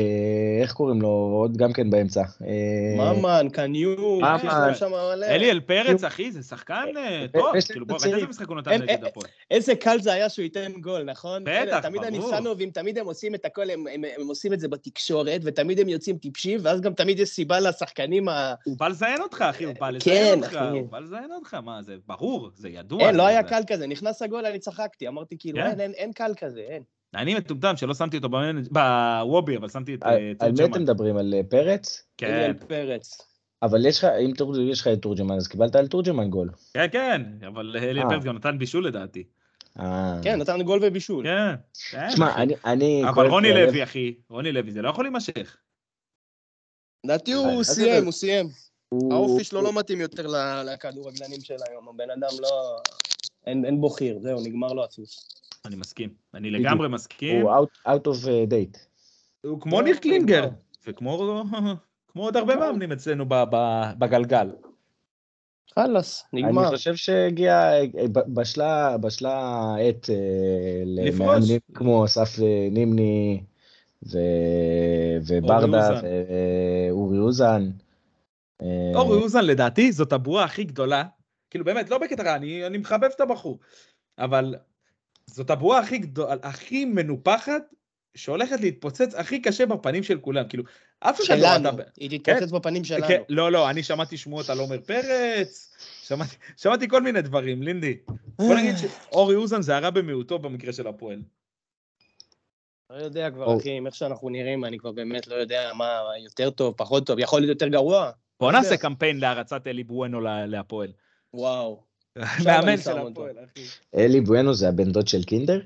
איך קוראים לו, עוד גם כן באמצע. אה, ממן, קניון, ממן. יש להם שם מלא. אליאל פרץ, אחי, זה שחקן אה, טוב. יש להם כאילו, בוא, רק צעירים. איזה משחק הוא נתן הם- נגד אה, הפועל. איזה קל זה היה שהוא ייתן גול, נכון? בטח, אלה, תמיד ברור. הניסנובים, תמיד הם עושים את הכל, הם, הם, הם עושים את זה בתקשורת, ותמיד הם יוצאים טיפשים, ואז גם תמיד יש סיבה לשחקנים ה... הוא בא לזיין אותך, אחי, הוא בא כן, לזיין אותך, אחי. הוא בא לזיין אותך, מה, זה ברור, זה ידוע. אין, לא זה- היה זה- קל כזה, נכנס הגול, אני צחקתי, אמרתי כאילו, כן. אין, אין, אין קל כזה, אין. אני מטומטם שלא שמתי אותו במנג'- בוובי, אבל שמתי את על אה, על מי תורג'מן. אתם מדברים? על אה, פרץ? כן, אליאל פרץ. אבל יש לך, אם תורג'מן- יש לך את תורג'מן, אז קיבלת על תורג'מן גול. כן, כן, אבל אליאל אה. פרץ גם נתן בישול לדעתי. אה. כן, נתן גול ובישול. כן, כן. תשמע, אחי. אני- אני... כואב אבל לי רוני הלב. לוי, אחי, רוני לוי, זה לא יכול להימשך. לדעתי אה, הוא אז סיים, זה- הוא סיים. הוא- האופי שלו לא מתאים יותר ל- לכדורגלנים של היום, הבן אדם לא... אין, אין בו חיר, זהו, נגמר לו הסוס. אני מסכים, אני בדיוק. לגמרי מסכים. הוא out- out of uh, date. הוא כמו ניר קלינגר, וכמו כמו עוד הרבה מאמנים אצלנו ב- ב- בגלגל. חלאס, נגמר. אני חושב שהגיע, אה, ב- בשלה, בשלה העת אה, לפרוש. למאמנים כמו אסף אה, נימני ו... וברדה אוזן. ואורי אוזן. אה, אורי אוזן לדעתי זאת הבועה הכי גדולה, כאילו באמת לא בקטע רע, אני, אני מחבב את הבחור, אבל זאת הבועה הכי גדולה, הכי מנופחת, שהולכת להתפוצץ הכי קשה בפנים של כולם, כאילו אף אחד לא שלנו, ראה את ה- היא תתפוצץ בפנים שלנו. כן, לא, לא, אני שמעתי שמועות על עומר פרץ, שמעתי, שמעתי כל מיני דברים, לינדי. בוא נגיד שאורי אוזן זה הרע במיעוטו במקרה של הפועל. לא יודע כבר, או. אחי, עם איך שאנחנו נראים, אני כבר באמת לא יודע מה יותר טוב, פחות טוב, יכול להיות יותר גרוע. בוא לא נעשה יודע. קמפיין להרצת אלי בואנו לה- להפועל. וואו. מאמן אני של שם אותו. הפועל, אחי. אלי בואנו זה הבן דוד של קינדר?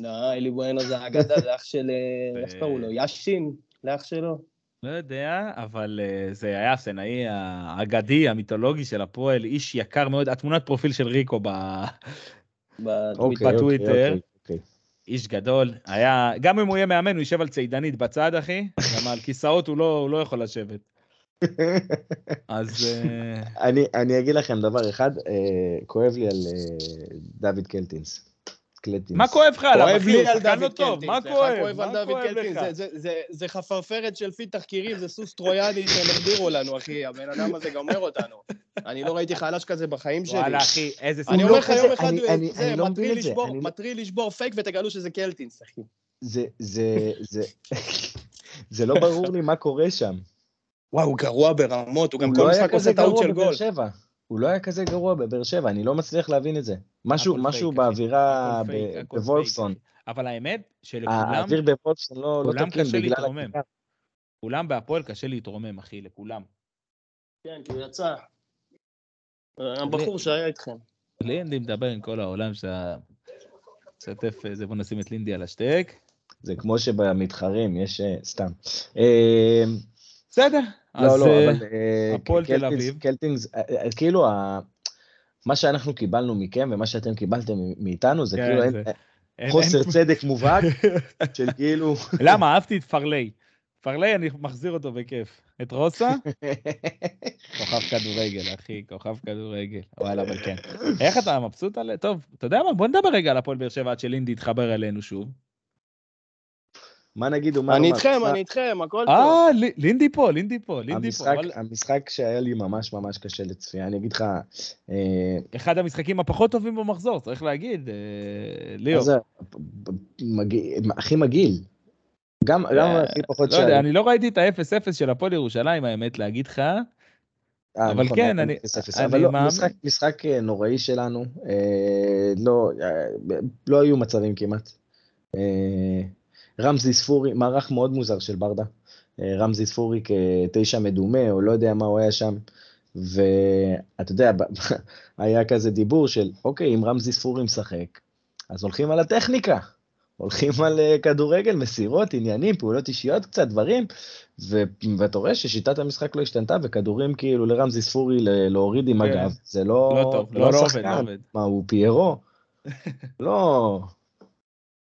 לא, אלי בואנו זה האגדה, זה אח של... אה, איך ו- קראו לו? יאשין? לאח שלו? לא יודע, אבל אה, זה היה הסנאי האגדי, המיתולוגי של הפועל, איש יקר מאוד, התמונת פרופיל של ריקו, ב- בטוויטר. אוקיי, אוקיי, בטוויטר. אוקיי, אוקיי. איש גדול, היה, גם אם הוא יהיה מאמן, הוא יישב על צידנית בצד, אחי, גם על כיסאות הוא לא, הוא לא יכול לשבת. אז אה, אני, אני אגיד לכם דבר אחד, אה, כואב לי על אה, דוד קלטינס. קלטינס. מה כואב לך עליו, כואב אחי? הוא לי על שחקן לא דוד טוב, קלטינס, מה לך כואב? כואב על מה דוד כואב קלטינס, לך? זה- זה- זה- זה חפרפרת שלפי תחקירים, זה סוס טרויאני שהם הגדירו לנו, אחי, הבן אדם הזה גומר אותנו. אני לא ראיתי חלש כזה בחיים שלי. וואלה, אחי, איזה אני הוא סיפור. אומר לא לך כזה, יום אחד, אני- הוא- אני- זה אני לא מבין מטריל את זה, לשבור- אני- מטריל לשבור פייק ותגלו שזה קלטינס, אחי. זה, זה, זה, זה לא ברור לי מה קורה שם. וואו, הוא גרוע ברמות, הוא גם הוא כל לא היה משחק כזה עושה טעות גרוע של בבאר גול. שבע. הוא לא היה כזה גרוע בבאר שבע, אני לא מצליח להבין את זה. משהו, הכל משהו פייק, באווירה הכל פייק, ב- הכל בוולפסון, אבל האמת אה, שלכולם, האוויר בוולפסון לא לא כולם תקין קשה בגלל... להתרומם. הכיכר. כולם בהפועל קשה להתרומם, אחי, לכולם. כן, כי הוא יצא. הבחור שהיה איתכם. לינדי מדבר עם כל העולם שאתה... משתף איזה, בוא נשים את לינדי על השטק. זה כמו שבמתחרים יש... אה, סתם. אה, בסדר. לא, אז, לא, אה, אבל... אה, הפועל תל קלטינס- אביב. קלטינס, אה, אה, כאילו, ה- מה שאנחנו קיבלנו מכם ומה שאתם קיבלתם מאיתנו, זה כן, כאילו אין- זה- אין- חוסר אין- צדק מובהק של כאילו... למה? אהבתי את פרלי. פרלי, אני מחזיר אותו בכיף. את רוסה? כוכב כדורגל, אחי, כוכב כדורגל. וואלה, אבל כן. איך אתה מבסוט על... טוב, אתה יודע מה? בוא נדבר רגע על הפועל באר שבע עד שלינדי יתחבר אלינו שוב. מה נגיד ומה אני נאמר? איתכם, תשמע, אני איתכם, הכל טוב. אה, ל- לינדי פה, לינדי פה, לינדי פה. המשחק, אבל המשחק שהיה לי ממש ממש קשה לצפייה, אני אגיד לך, אה, אחד המשחקים הפחות טובים במחזור, צריך להגיד, אה, ליאור. מה זה, מגעיל- הכי מגעיל, גם גם אה, הכי פחות לא יודע, אני לא ראיתי את ה-0-0 של הפועל ירושלים, האמת, להגיד לך. אה, אבל נכון, כן, היה אני- 0-0. אני אבל לא, מאמין. משחק- משחק אה, נוראי שלנו, אה, לא, אה, לא היו מצבים כמעט. אה, רמזי ספורי, מערך מאוד מוזר של ברדה. אה, רמזי ספורי כתשע מדומה, או לא יודע מה הוא היה שם. ואתה יודע, ב- היה כזה דיבור של, אוקיי, אם רמזי ספורי משחק, אז הולכים על הטכניקה. הולכים על אה, כדורגל, מסירות, עניינים, פעולות אישיות קצת, דברים, ו- ואתה רואה ששיטת המשחק לא השתנתה, וכדורים כאילו לרמזי ספורי ל- להוריד עם כן. הגב, זה לא... לא טוב, לא לא עובד, שחקן. לא עובד. מה, הוא פיירו? לא,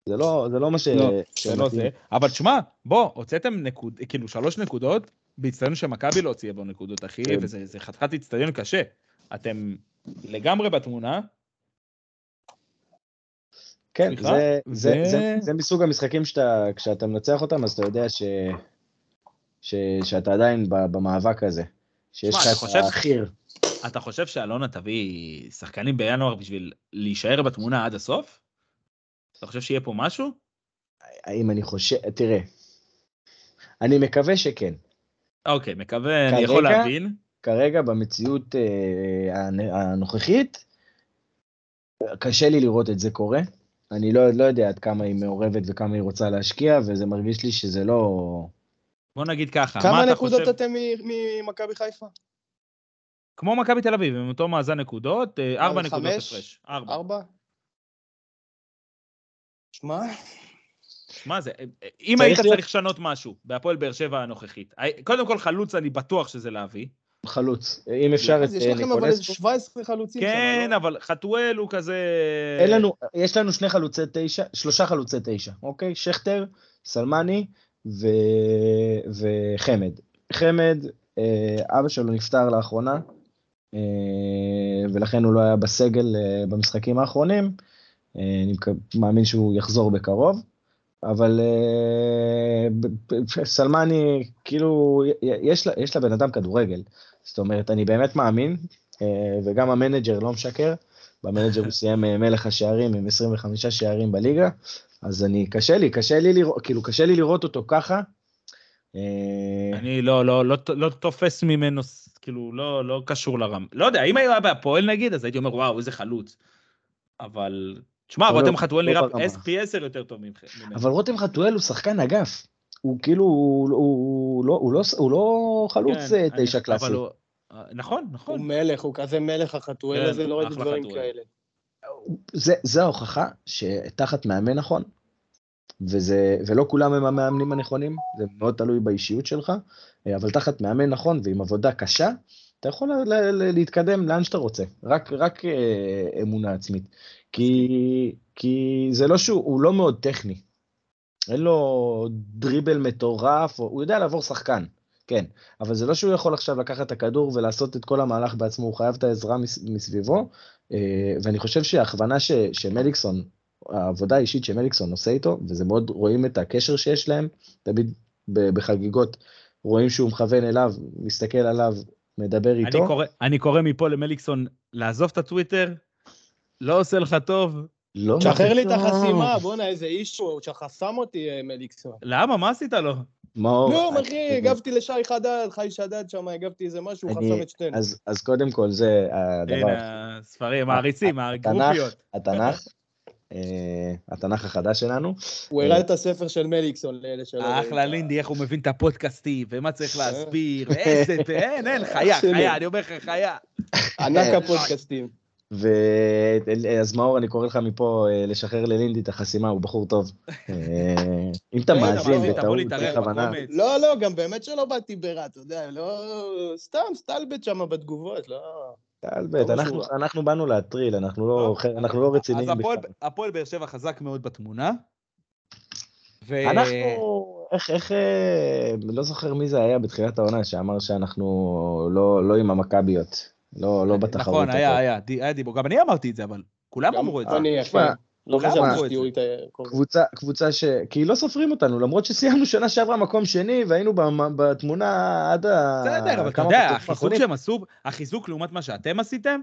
זה לא, זה לא מה ש... לא, שמתאים. זה לא זה. אבל תשמע, בוא, הוצאתם נקוד, כאילו שלוש נקודות, באיצטדיון שמכבי לא הוציאה בו נקודות, אחי, כן. וזה זה חתיכת איצטדיון קשה. אתם לגמרי בתמונה, כן, סליחה? זה, זה, ו- זה, זה מסוג המשחקים שאתה, כשאתה מנצח אותם, אז אתה יודע ש, ש, שאתה עדיין ב- במאבק הזה. שיש שמע, לך אני את חושב- החיר. אתה חושב שאלונה תביא שחקנים בינואר בשביל להישאר בתמונה עד הסוף? אתה חושב שיהיה פה משהו? האם אני חושב... תראה, אני מקווה שכן. אוקיי, מקווה, אני כרגע- יכול להבין. כרגע במציאות אה, הנ- הנוכחית, קשה לי לראות את זה קורה. אני לא, לא יודע עד כמה היא מעורבת וכמה היא רוצה להשקיע, וזה מרגיש לי שזה לא... בוא נגיד ככה, מה כמה אתה חושב? נקודות אתם מ- ממכבי חיפה? כמו מכבי תל אביב, עם אותו מאזן נקודות, אה, ארבע חמש? נקודות הפרש. ארבע. ארבע? שמע, מה זה, אה, אם צריך היית להיות- צריך לשנות משהו בהפועל באר שבע הנוכחית, הי- קודם כל חלוץ אני בטוח שזה להביא. חלוץ. אם אפשר את אז יש אה, לכם אבל איזה ניקולסקו. 17 חלוצים שם, כן, לא? אבל חתואל הוא כזה... אין לנו, יש לנו שני חלוצי תשע, שלושה חלוצי תשע, אוקיי? שכטר, סלמני ו... וחמד. חמד, אה, אבא שלו נפטר לאחרונה, אה, ולכן הוא לא היה בסגל אה, במשחקים האחרונים. אה, אני מקו- מאמין שהוא יחזור בקרוב, אבל אה, ב- ב- סלמני, כאילו, י- יש, לה- יש לבן אדם כדורגל. זאת אומרת, אני באמת מאמין, אה, וגם המנג'ר לא משקר. במנג'ר הוא סיים אה, מלך השערים עם 25 שערים בליגה, אז אני, קשה לי, קשה לי לראות, כאילו, קשה לי לראות אותו ככה. אה, אני לא, לא, לא, לא תופס ממנו, ס- כאילו, לא, לא קשור לרם. לא יודע, אם היה בהפועל נגיד, אז הייתי אומר, וואו, איזה חלוץ. אבל... תשמע, לא, רותם חתואל לא נראה ברמה. פ- פי עשר יותר טוב ממך- ממנו. אבל רותם חתואל הוא שחקן אגף. הוא כאילו, הוא, הוא, הוא, לא, הוא, לא, הוא לא חלוץ כן, אה, אני- תשע אבל קלאסי. הוא- אה, נכון, הוא נכון. מלך, הוא כזה מלך כן, החתואל הזה, לא ראיתי אחלה דברים חתואל. כאלה. זה, זה ההוכחה שתחת מאמן נכון, וזה, ולא כולם הם המאמנים הנכונים, זה מאוד תלוי באישיות שלך, אה, אבל תחת מאמן נכון ועם עבודה קשה, אתה יכול ל- ל- ל- להתקדם לאן שאתה רוצה, רק, רק אה, אמונה עצמית. כי, כי זה לא שהוא הוא לא מאוד טכני, אין לו דריבל מטורף, או, הוא יודע לעבור שחקן. כן, אבל זה לא שהוא יכול עכשיו לקחת את הכדור ולעשות את כל המהלך בעצמו, הוא חייב את העזרה מס- מסביבו, אה, ואני חושב שההכוונה ש, שמליקסון, העבודה האישית שמליקסון עושה איתו, וזה מאוד רואים את הקשר שיש להם, תמיד ב- בחגיגות רואים שהוא מכוון אליו, מסתכל עליו, מדבר איתו. אני קורא- אני קורא מפה למליקסון לעזוב את הטוויטר, לא עושה לך טוב. לא תשחרר לי את מרגיש לו- החסימה, בואנה, איזה איש הוא, שחסם אותי אה, מליקסון. למה? מה עשית לו? מאור. כלום, לא, אחי, אני- הגבתי לשי חדד, חי שדד שם, הגבתי איזה משהו, הוא אני- חסם את שנינו. אז, אז קודם כל זה הדבר, אה, הנה, הספרים, העריצים, התנ"ך, הגרופיות. התנ"ך, אה, התנ"ך החדש שלנו. הוא הראה את הספר של מליקסון לאלה שלא... לא רואים. אחלה לינדי, איך הוא מבין את הפודקאסטים, ומה אה. צריך להסביר, ואיזה, ואין, אין, חיה, שלי. חיה, אני אומר לך, חיה. ענק הפודקאסטים. ואז מאור, אני קורא לך מפה אה, לשחרר ללינדי את החסימה, הוא בחור טוב. אה, אם אתה כן, מאזין אמרתי, תבוא בטעות, בלי להתערב כוונה, בקומץ. לא, לא, גם באמת שלא באתי ברע, אתה יודע, לא... סתם, סטלבט שם בתגובות, לא... טלבט, ברור אה, אנחנו- שהוא רע. אנחנו באנו להטריל, אנחנו לא טוב, אנחנו לא רציניים אז הפועל- בכלל. הפועל באר שבע חזק מאוד בתמונה. ו- אנחנו, איך, איך, אה, לא זוכר מי זה היה בתחילת העונה שאמר שאנחנו לא, לא עם המכביות, לא, לא בתחרות. נכון, היה, הזאת. היה, די- היה דיבור. גם אני אמרתי את זה, אבל כולם גם אמרו את זה. אני יפה. תשמע, לא כולם אמרו חשבתי את שתהיו זה. איתה... קבוצה, קבוצה ש... כי לא סופרים אותנו, למרות שסיימנו שנה שעברה מקום שני והיינו במ- בתמונה עד ה... בסדר, אבל אתה אה, כמה יודע, מחזורים החיזוק האחרונים. שהם עשו, החיזוק לעומת מה שאתם עשיתם,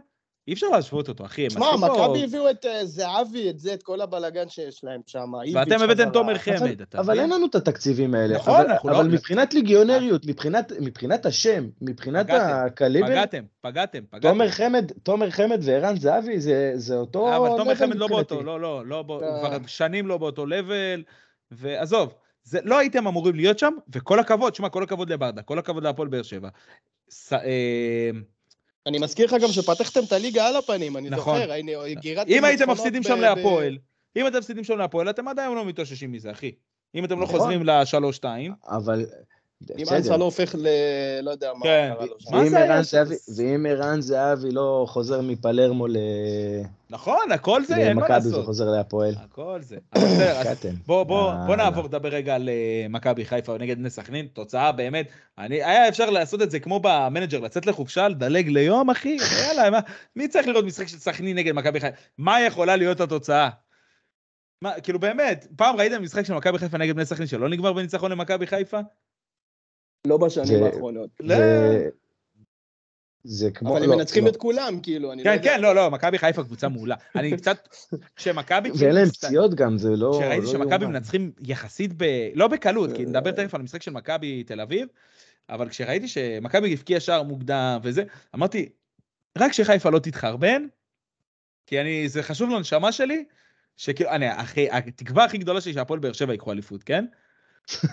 אי אפשר להשוות אותו, אחי. הם שמע, עשו פה- מכבי הביאו את אה, זהבי, את זה, את כל הבלגן שיש להם שם. ואתם איביץ' הבאתם חזרה. תומר חמד, אתה אבל אין לנו את התקציבים האלה. נכון, אבל, אנחנו לא- אבל מבחינת ליגיונריות, מבחינת, מבחינת השם, מבחינת פגעתם, הקליבר, פגעתם, פגעתם, פגעתם. תומר חמד, תומר חמד וערן זהבי זה, זה אותו... אבל תומר level חמד לא מבחינתי. באותו, לא, לא, לא, בא- אה. הוא כבר שנים לא באותו לבל, ועזוב, זה, לא הייתם אמורים להיות שם, וכל הכבוד, שמע, כל הכבוד לברדה, כל הכבוד להפועל באר שבע. ס, אה, אני מזכיר לך גם שפתחתם את הליגה על הפנים, אני נכון. זוכר, היינו, גירדתם... אם הייתם ניצחונות מפסידים ב- שם ב- להפועל, אם אתם מפסידים שם להפועל, אתם עד היום לא מתאוששים מזה, אחי. אם אתם לא נכון. חוזרים לשלוש-שתיים, אבל... אם בסדר. אנסה לא הופך ל... לא יודע מה כן. קרה לו שם. מה ואם זה היה ערן ש- זהבי- ואם ערן זהבי לא חוזר מפלרמו ל- נכון, הכל זה, אין מה למכבי כן. לעשות. וחוזר להפועל, הכל זה. אבל בסדר, אז קטן. בוא, בוא, בוא אה, יאללה. נעבור לדבר רגע על אה, מכבי חיפה נגד בני סכנין, תוצאה באמת, אני, היה אפשר לעשות את זה כמו במנג'ר, לצאת לחופשה, לדלג ליום, אחי, יאללה, מה, מי צריך לראות משחק של סכנין נגד מכבי חיפה? מה יכולה להיות התוצאה? מה, כאילו באמת, פעם ראיתם משחק של מכבי חיפה נגד בני סכנין שלא נגמר בניצחון למכבי חיפה? לא בשנים זה- האחרונות. לא. זה- זה כמו... אבל הם לא, מנצחים לא. את כולם, כאילו, אני לא כן, יודע. כן, לא, לא, מכבי חיפה קבוצה מעולה. אני קצת, כשמכבי... ואין להם כאילו, פציעות גם, זה לא... כשראיתי לא שמכבי יאומן. מנצחים יחסית ב... לא בקלות, כי אה. נדבר תכף על המשחק של מכבי תל אביב, אבל כשראיתי שמכבי הבקיעה שער מוקדם וזה, אמרתי, רק שחיפה לא תתחרבן, כי אני, זה חשוב לנשמה שלי, שכאילו, אני, אחי, התקווה הכי גדולה שלי שהפועל באר שבע ייקחו אליפות, כן?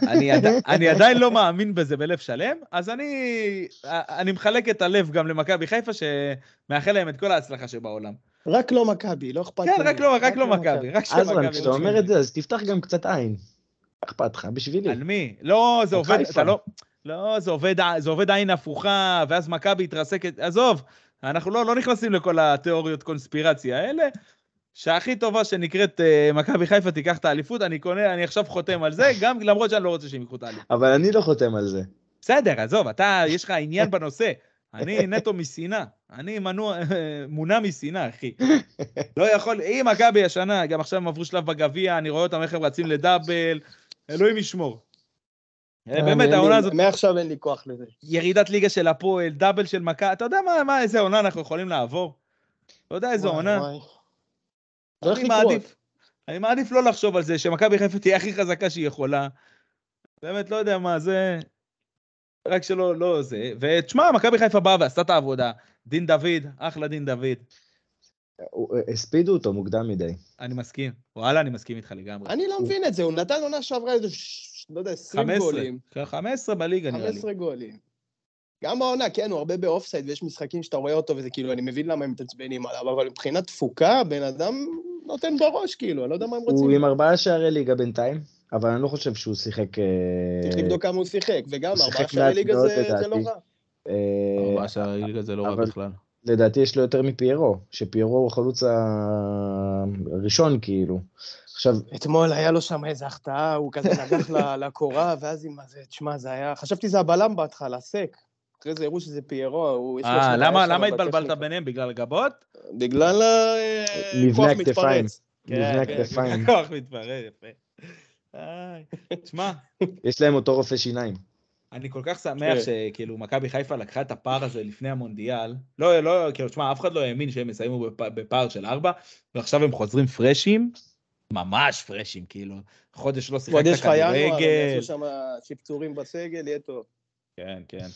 אני, עדי, אני עדיין לא מאמין בזה בלב שלם, אז אני, אני מחלק את הלב גם למכבי חיפה, שמאחל להם את כל ההצלחה שבעולם. רק לא מכבי, לא אכפת לי. כן, רק לא, רק לא מכבי, רק שמכבי. עזרן, כשאתה לא אומר את זה, אז תפתח גם קצת עין. מה אכפת לך? בשבילי. על מי? לא, זה על עובד, חיפה. אתה לא... לא, זה עובד, זה עובד עין הפוכה, ואז מכבי התרסקת, עזוב, אנחנו לא, לא נכנסים לכל התיאוריות קונספירציה האלה, שהכי טובה שנקראת אה, מכבי חיפה תיקח את האליפות, אני קונה, אני עכשיו חותם על זה, גם למרות שאני לא רוצה שהם ייקחו את האליפות. אבל אני לא חותם על זה. בסדר, עזוב, אתה, יש לך עניין בנושא, אני נטו משנאה, אני מנוע, מונע משנאה, אחי. לא יכול, אם מכבי השנה, גם עכשיו הם עברו שלב בגביע, אני רואה אותם איך הם רצים לדאבל, אלוהים ישמור. אה, אה, אני- באמת, העונה הזאת, מעכשיו אין לי כוח לזה. ירידת ליגה של הפועל, דאבל של מכבי, אתה יודע מה, מה, איזה עונה אנחנו יכולים לעבור? אתה יודע איזה וואי, עונה? וואי. זה הולך אני לקרות. מעדיף, אני מעדיף לא לחשוב על זה, שמכבי חיפה תהיה הכי חזקה שהיא יכולה. באמת, לא יודע מה, זה... רק שלא, לא זה. ותשמע, מכבי חיפה באה ועשתה את העבודה. דין דוד, אחלה דין דוד. הוא- הספידו אותו מוקדם מדי. אני מסכים. וואלה, אני מסכים איתך לגמרי. אני לא מבין את זה, הוא נתן עונה שעברה איזה, ש- לא יודע, 20 15. גולים. כן, 15 בליגה נראה לי. 15 גולים. גם בעונה, כן, הוא הרבה באופסייד, ויש משחקים שאתה רואה אותו, וזה כאילו, אני מבין למה הם מתעצבנים עליו, אבל מבחינת תפוקה, בן אדם נותן בראש, כאילו, אני לא יודע מה הם רוצים. הוא עם ארבעה שערי ליגה בינתיים, אבל אני לא חושב שהוא שיחק... אה, צריך לבדוק כמה הוא שיחק, וגם הוא ארבעה שיחק שערי מעט ליגה מאוד, זה זה לא לדעתי. רע. אה, ארבעה שערי ליגה זה לא רע אבל- בכלל. לדעתי יש לו יותר מפיירו, שפיירו הוא החלוץ הראשון כאילו. עכשיו, אתמול היה לו שם איזה החטאה, הוא כזה נגח ל- לקורה, ואז עם הזה, תשמע, זה היה... חשבתי שזה הבלם בהתחלה, סק. אחרי זה הראו שזה פיירו, הוא... יש לו אה, שם למה בעיה שם למה התבלבלת בטכניקה. ביניהם? בגלל הגבות? בגלל ה- אה, מבנה כוח הכתפיים. מתפרץ. מבנה כן, הכתפיים, הכוח מתברר, יפה. איי. תשמע, יש להם אותו רופא שיניים. אני כל כך שמח כן. שכאילו מכבי חיפה לקחה את הפער הזה לפני המונדיאל. לא, לא, כאילו, תשמע, אף אחד לא האמין שהם יסיימו בפ- בפער של ארבע, ועכשיו הם חוזרים פרשים, ממש פרשים, כאילו, חודש לא שיחקת חודש לך ינואר, הם כדורגל. יעשו שם צפצורים בסגל, יהיה טוב. כן, כן.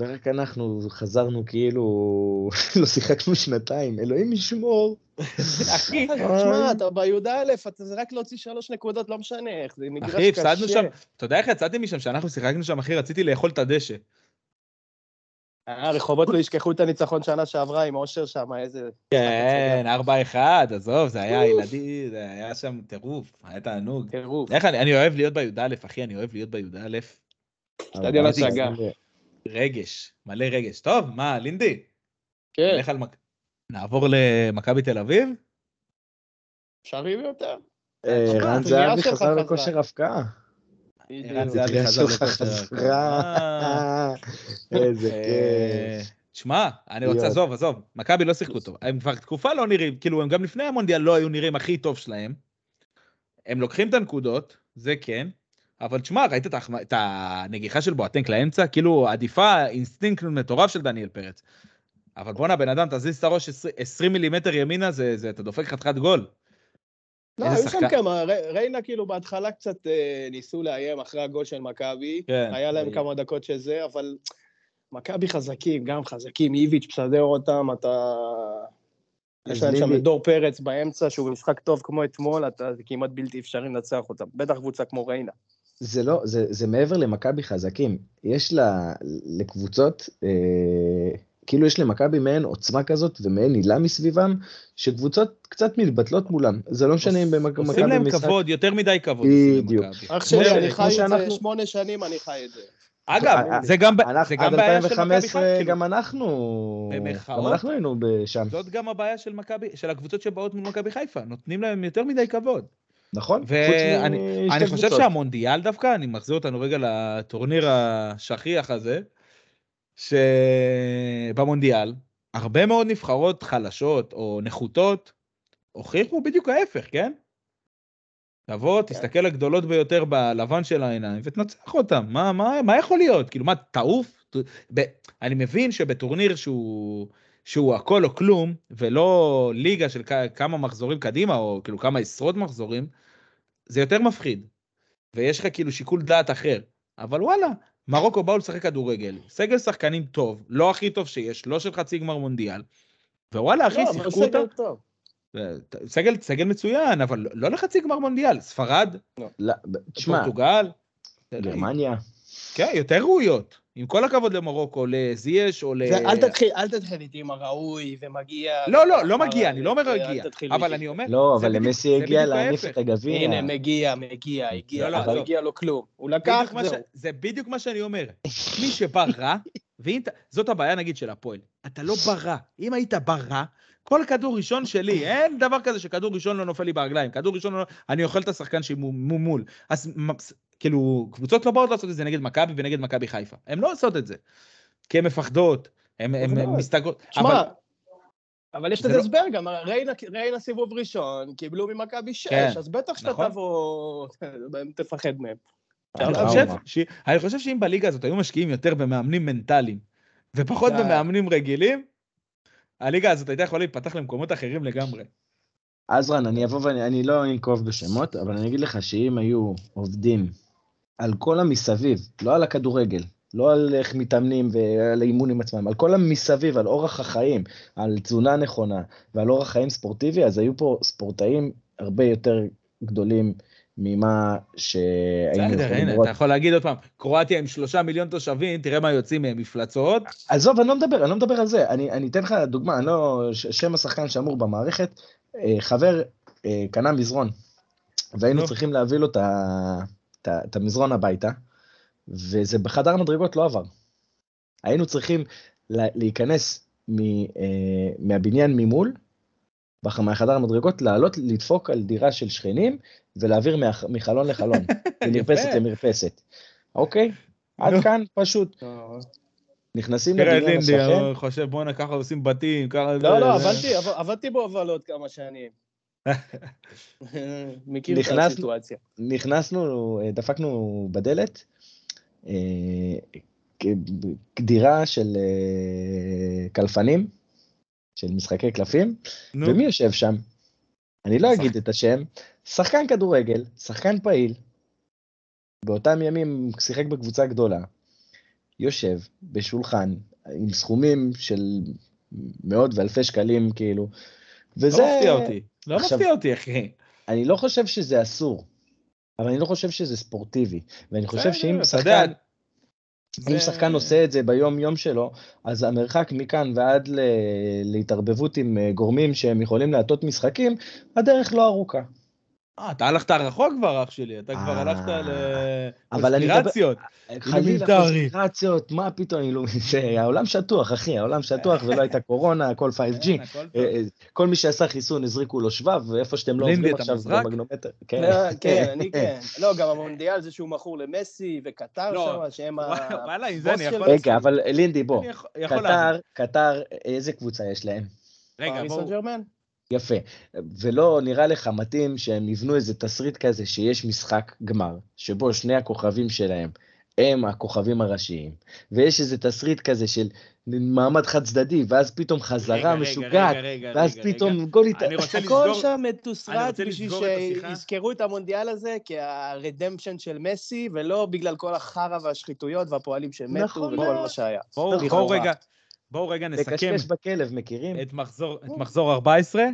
רק אנחנו חזרנו כאילו, לא שיחקנו שנתיים, אלוהים ישמור. אה. אחי, תשמע, אתה בי"א, אתה- זה רק להוציא שלוש נקודות, לא משנה איך, זה מגרש קשה. אחי, הפסדנו שם, אתה יודע איך יצאתי משם? שאנחנו שיחקנו שם, אחי, רציתי לאכול את הדשא. אה, רחובות לא ישכחו את הניצחון שנה שעברה עם אושר שם, איזה... כן, 4-1, עזוב, זה היה ילדי, זה היה שם טירוף, היה תענוג. טירוף. איך אני, אני אוהב להיות בי"א, אחי, אני אוהב להיות בי"א. אה, סטדיון הצגה. רגש, מלא רגש. טוב, מה, לינדי? כן, נלך על מק... נעבור למכבי תל אביב? אפשרי ביותר. אה, ערן הפנייה זהבי שלך חזר חזרה. לכושר הפקעה. בדיוק. ערן זהבי הפנייה חזר שלך לכושר חזרה. הפקעה. איזה אה, אה, כיף. שמע, אני רוצה, יואו. עזוב, עזוב, מכבי לא שיחקו טוב. הם כבר תקופה לא נראים, כאילו, הם גם לפני המונדיאל לא היו נראים הכי טוב שלהם. הם לוקחים את הנקודות, זה כן, אבל תשמע, ראית את ההחמ- את הנגיחה של בועטנק לאמצע? כאילו, עדיפה, אינסטינקט מטורף של דניאל פרץ. אבל בואנה, בן אדם, תזיז את הראש 20 20 מילימטר ימינה, זה, זה, אתה דופק חתיכת גול. לא, איזה היו שם שחקן. כמה, ר- ריינה כאילו בהתחלה קצת אה, ניסו לאיים אחרי הגול של מכבי, כן. היה אה, להם כמה דקות של זה, אבל מכבי חזקים, גם חזקים, איביץ' מסדר אותם, אתה... אז יש להם שם ליבי- את דור פרץ באמצע, שהוא במשחק טוב כמו אתמול, אתה, זה כמעט בלתי אפשרי לנצח אותם, בטח קבוצה כמו ריינה. זה לא, זה, זה מעבר למכבי חזקים. יש לה, לקבוצות, אה, כאילו יש למכבי מעין עוצמה כזאת ומעין הילה מסביבם, שקבוצות קצת מתבטלות מולם. זה לא משנה אם במכבי עושים להם משחק- כבוד, יותר מדי כבוד. עושים בדיוק. למכבי. אח כמו שלי, אני ש- חי כמו את זה, שאנחנו- שמונה שנים אני חי את זה. אגב, אה, זה גם, ב- אנחנו, זה עד גם בעיה של מכבי 2015 חיפה. כאילו. אה? לא גם אנחנו, במרכאות. גם אנחנו היינו ב- שם, זאת גם הבעיה של מכבי, של הקבוצות שבאות מול מכבי חיפה, נותנים להם יותר מדי כבוד. נכון? ואני- חוץ אני משתי חושב קבוצות. שהמונדיאל דווקא, אני מחזיר אותנו רגע לטורניר השכיח הזה, שבמונדיאל, הרבה מאוד נבחרות חלשות או נחותות, הוכיחו בדיוק ההפך, כן? תבוא, תסתכל לגדולות ביותר בלבן של העיניים ותנצח אותם. מה, מה, מה יכול להיות? כאילו, מה, תעוף? ת- ב- אני מבין שבטורניר שהוא, שהוא הכל או כלום, ולא ליגה של כ- כמה מחזורים קדימה, או כאילו כמה עשרות מחזורים, זה יותר מפחיד. ויש לך כאילו שיקול דעת אחר. אבל וואלה, מרוקו באו לשחק כדורגל, סגל שחקנים טוב, לא הכי טוב שיש, לא של חצי גמר מונדיאל. ווואלה, אחי, לא, אבל שיחקו אותה. אה, סגל טוב. סגל, סגל מצוין, אבל לא לחצי גמר מונדיאל, ספרד, לא, ב- תשמע, פורטוגל. גרמניה, כן, יותר ראויות. עם כל הכבוד למרוקו, לזייש או ל... ואל תתחיל, אל תתחיל איתי עם הראוי ומגיע. אה, לא, לא, לא אבל- מגיע, אני לא אומר אל רגיע. תתחיל אבל איתי. אני אומר... לא, זה אבל בדיוק- למסי זה הגיע בדיוק להניף את ההפך. הגביע. הנה, מגיע, מגיע, הגיע, לא, לא, לא עזוב. הגיע לו כלום. הוא לקח, בדיוק מה ש- זהו. זה בדיוק מה שאני אומר. מי שבא רע, ואם אתה... זאת הבעיה, נגיד, של הפועל. אתה לא בא רע. אם היית בא רע, כל כדור ראשון שלי, אין דבר כזה שכדור ראשון לא נופל לי ברגליים. כדור ראשון לא... אני אוכל את השחקן שמול. אז מ- כאילו, קבוצות לא באות לעשות את זה נגד מכבי ונגד מכבי חיפה. הן לא עושות את זה. כי הן מפחדות, הן- הן בוודאי. הן מסתגרות. שמע, אבל- אבל יש זה לזה לא- הסבר גם, ריינה- ריינה סיבוב ראשון, קיבלו ממכבי שש, כן, אז בטח שאתה נכון. תבוא, תפחד מהם. אני טראומה. חושב, ש... אני חושב שאם בליגה הזאת היו משקיעים יותר במאמנים מנטליים ופחות די. במאמנים רגילים, הליגה הזאת הייתה יכולה להיפתח למקומות אחרים לגמרי. עזרן, אני אבוא ואני אני לא אנקוב בשמות, אבל אני אגיד לך שאם היו עובדים על כל המסביב, לא על הכדורגל, לא על איך מתאמנים ועל האימונים עצמם, על כל המסביב, על אורח החיים, על תזונה נכונה ועל אורח חיים ספורטיבי, אז היו פה ספורטאים הרבה יותר גדולים ממה שהיינו בסדר, יכולים הנה, לראות. אתה יכול להגיד עוד פעם, קרואטיה עם שלושה מיליון תושבים, תראה מה יוצאים מהם, מפלצות. עזוב, אני לא מדבר, אני לא מדבר על זה. אני, אני אתן לך דוגמה, אני לא, ש- שם השחקן שאמור במערכת, אה, חבר אה, קנה מזרון, והיינו נו. צריכים להביא לו את ה- את ה- את המזרון הביתה, וזה בחדר מדרגות לא עבר. היינו צריכים לה, להיכנס מ, אה, מהבניין ממול, בח- מהחדר המדרגות, לעלות, לדפוק על דירה של שכנים, ולהעביר מה, מחלון לחלון, ממרפסת יפה. למרפסת. אוקיי? עד נו. כאן פשוט, לא, נכנסים תראה לבניין לינדי, השכן. הוא חושב, בואנה, ככה עושים בתים, ככה... לא, זה- לא, זה." עבדתי, עב- עבדתי בו אבל עוד כמה שנים. מכיר את נכנס- הסיטואציה. נכנסנו, אה, דפקנו בדלת, אה, כ- דירה של אה, קלפנים, של משחקי קלפים, נו, ומי יושב שם? אני לא אגיד את השם, שחקן כדורגל, שחקן פעיל, באותם ימים שיחק בקבוצה גדולה, יושב בשולחן עם סכומים של מאות ואלפי שקלים, כאילו, וזה... לא מפתיע אותי, לא עכשיו- מפתיע אותי, אחי. אני לא חושב שזה אסור, אבל אני לא חושב שזה ספורטיבי, ואני חושב בסדר, שאם אתה שחקן... יודע, אה, אם זה- שחקן עושה את זה ביום-יום שלו, אז המרחק מכאן ועד ל... להתערבבות עם אה, גורמים שהם יכולים להטות משחקים, הדרך לא ארוכה. אה, אתה הלכת רחוק כבר, אח שלי, אתה כבר אה, הלכת אבל אני מדבר- אה, לקונספירציות. חלילה אלמנטרי. קונספירציות, מה פתאום, אילו- זה, העולם שטוח, אחי, העולם שטוח ולא הייתה קורונה, הכל 5G. כן, הכל טוב. אה, אה, כל מי שעשה חיסון, הזריקו לו שבב, ואיפה שאתם לא לינדי, עוברים אתה עכשיו, מוזרק? במגנומטר. לא, כן, אני כן. לא, גם המונדיאל זה שהוא מכור למסי וקטר לא. שם, שהם ה... אה, וואלה, וואלה, עם זה הבוס אני של- יכול... רגע, אבל אה, לינדי, בוא, אני יכול- יכול קטר, להבין. קטר, איזה קבוצה יש להם? רגע, פריס בואו... סן ג'רמן? יפה. ולא נראה לך מתאים שהם יבנו איזה תסריט כזה שיש משחק גמר, שבו שני הכוכבים שלהם הם הכוכבים הראשיים, ויש איזה תסריט כזה של מעמד חד צדדי, ואז פתאום רגע, חזרה רגע, משוגעת, רגע, רגע, ואז רגע, רגע. פתאום גול איתה. אני הכל רוצה לסגור... שם אני מתוסרט רוצה בשביל לסגור את השיחה. שיזכרו את המונדיאל הזה כהרדמפשן של מסי, ולא בגלל כל החרא והשחיתויות והפועלים שמתו נכון וכל מאוד. מה שהיה. בואו נכון. בואו רגע, בואו רגע נסכם לקשקש בכלב, מכירים? את מחזור- את מחזור 14,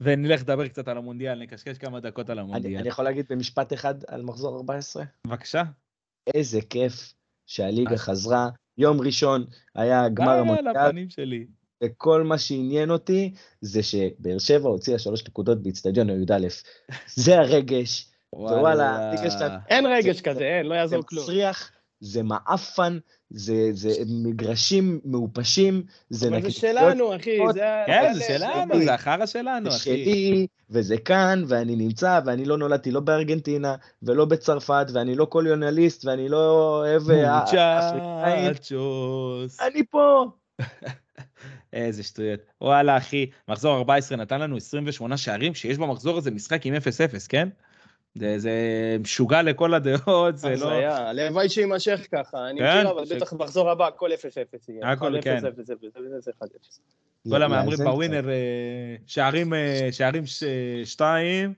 ונלך לדבר קצת על המונדיאל, נקשקש כמה דקות על אני המונדיאל. אני יכול להגיד במשפט אחד על מחזור 14? בבקשה. איזה כיף שהליגה אז- חזרה. יום ראשון היה גמר אה, המונדיאל, לפנים שלי. וכל מה שעניין אותי זה שבאר שבע הוציאה שלוש נקודות באיצטדיון י"א. זה הרגש, ווואלה, הליגה שלנו- אין רגש זה- כזה, אין, לא זה יעזור כלום. מצריח, זה מעפן, זה זה מגרשים מעופשים, זה אבל זה נקניקיות שלנו, אחי, עוד- זה... כן, זה לא- זה שלי. שלנו, זה החרא שלנו, אחי. שלי, וזה כאן, ואני נמצא, ואני לא נולדתי לא בארגנטינה, ולא בצרפת, ואני לא קוליונליסט, ואני לא אוהב... אה, אפריקאים. מוצ'צ'וס. אני פה! איזה שטויות. וואלה, אחי, מחזור 14 נתן לנו 28 שערים, שיש במחזור הזה משחק עם 0-0, כן? זה, זה משוגע לכל הדעות, זה לא... הזיה, הלוואי שיימשך ככה, אני כן, מכיר, אבל ש- בטח בחזור הבא, הכל 0-0 יהיה. הכל, כן. 0-0, 0-0, 1-0. כל ל- המהמרים לאזן בווינר, אה, שערים, אה, שערים ש- שתיים,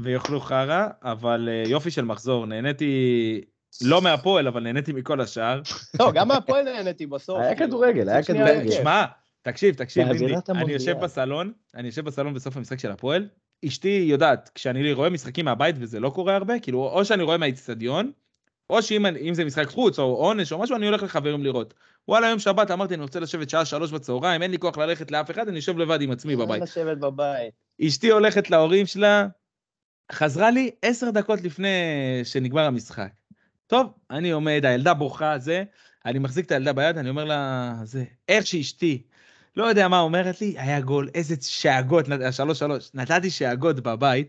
ויאכלו חרא, אבל אה, יופי של מחזור, נהניתי... לא מהפועל, אבל נהניתי מכל השאר. לא, גם מהפועל נהניתי בסוף. היה כאילו. כדורגל, היה שנייה, כדורגל. כן. שמע, תקשיב, תקשיב, באווירת לינדי, אני המונדיאל. יושב בסלון, אני יושב בסלון בסוף המשחק של הפועל, אשתי יודעת, כשאני רואה משחקים מהבית וזה לא קורה הרבה, כאילו, או שאני רואה מהאיצטדיון, או שאם אני- אם זה משחק חוץ, או עונש, או משהו, אני הולך לחברים לראות. וואלה, יום שבת אמרתי, אני רוצה לשבת שעה שלוש בצהריים, אין לי כוח ללכת לאף אחד, אני יושב לבד עם אה, עצמי בבית. לשבת בבית. אשתי הולכת להורים שלה, חזרה לי עשר דקות לפני שנגמר המשחק. טוב, אני עומד, הילדה בוכה, זה, אני מחזיק את הילדה ביד, אני אומר לה, זה, איך שאשתי, לא יודע מה אומרת לי, היה גול, איזה שאגות, נת- השלוש שלוש, נתתי שאגות בבית,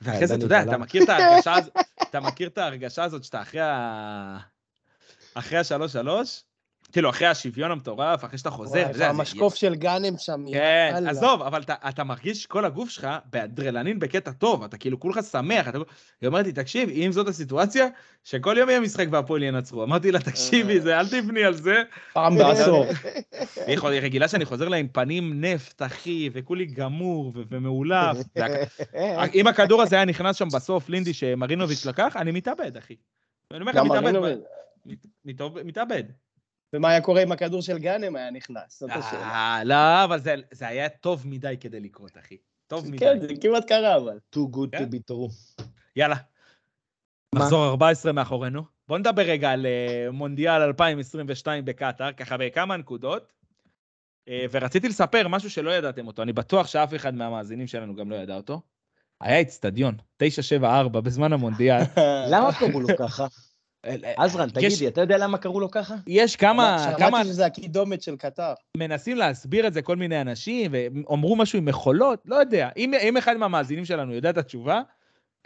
ואחרי זה, אתה יודע, אתה מכיר את ההרגשה הזאת, אתה מכיר את ההרגשה הזאת שאתה אחרי ה... אחרי השלוש שלוש, כאילו, אחרי השוויון המטורף, אחרי שאתה חוזר, וואי, אתה יודע, זה- המשקוף של גאנם שם. כן, יאללה. עזוב, אבל אתה, אתה מרגיש כל הגוף שלך באדרלנין בקטע טוב, אתה כאילו כולך שמח. אתה... היא אומרת לי, תקשיב, אם זאת הסיטואציה, שכל יום יהיה משחק והפועל ינצחו. אמרתי לה, תקשיבי, זה, אל תבני על זה. פעם בעשור. היא חו- היא רגילה שאני חוזר לה עם פנים נפט, אחי, וכולי גמור ו- ומאולף. זה הכ- אם הכדור הזה היה נכנס שם בסוף, לינדי, שמרינוביץ' לקח, אני מתאבד, אחי. אני אומר לך, גם מתאבד. מרינוביץ'. מתאבד- מתאבד. לא ומה היה קורה אם הכדור של גאנם היה נכנס? זאת השאלה. אה, לא, אבל זה- זה היה טוב מדי כדי לקרות, אחי. טוב מדי. כן, זה כמעט קרה, אבל. too good to כן? be true. יאללה. מה? מחזור 14 מאחורינו. בוא נדבר רגע על אה, מונדיאל 2022 בקטאר, ככה בכמה נקודות. אה, ורציתי לספר משהו שלא ידעתם אותו, אני בטוח שאף אחד מהמאזינים שלנו גם לא ידע אותו. היה אצטדיון, 974 בזמן המונדיאל. אה, למה קראו לו ככה? עזרן, יש- תגיד לי, אתה יודע למה קראו לו ככה? יש כמה, כמה שמעתי שזה הקידומת של קטר. מנסים להסביר את זה כל מיני אנשים, ואומרו משהו עם מכולות, לא יודע. אם, אם אחד מהמאזינים שלנו יודע את התשובה,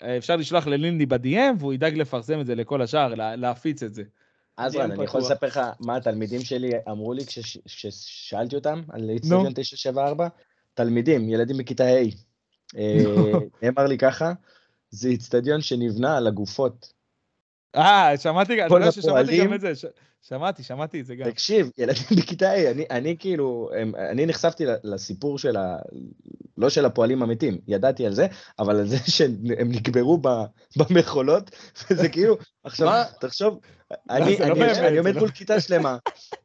אה, אפשר לשלוח ללינדי ב-DM, והוא ידאג לפרסם את זה לכל השאר, לה, להפיץ את זה. עזרן, דיון אני יכול פתוח. לספר לך מה התלמידים שלי אמרו לי כשש- כששאלתי אותם על איצטדיון 974? תלמידים, ילדים בכיתה ה'. אה, נאמר לי ככה, זה איצטדיון שנבנה על הגופות. אה, שמעתי, אתה כל יודע ששמעתי הפועלים. גם את זה, ש- שמעתי, שמעתי את זה גם. תקשיב, ילדים בכיתה A, אני, אני כאילו, הם, אני נחשפתי ל- לסיפור של ה... לא של הפועלים המתים, ידעתי על זה, אבל על זה שהם נקברו ב, במכולות, וזה כאילו, עכשיו, מה? תחשוב, אני, זה אני, לא באמת, אני עומד זה לא- מול כיתה שלמה,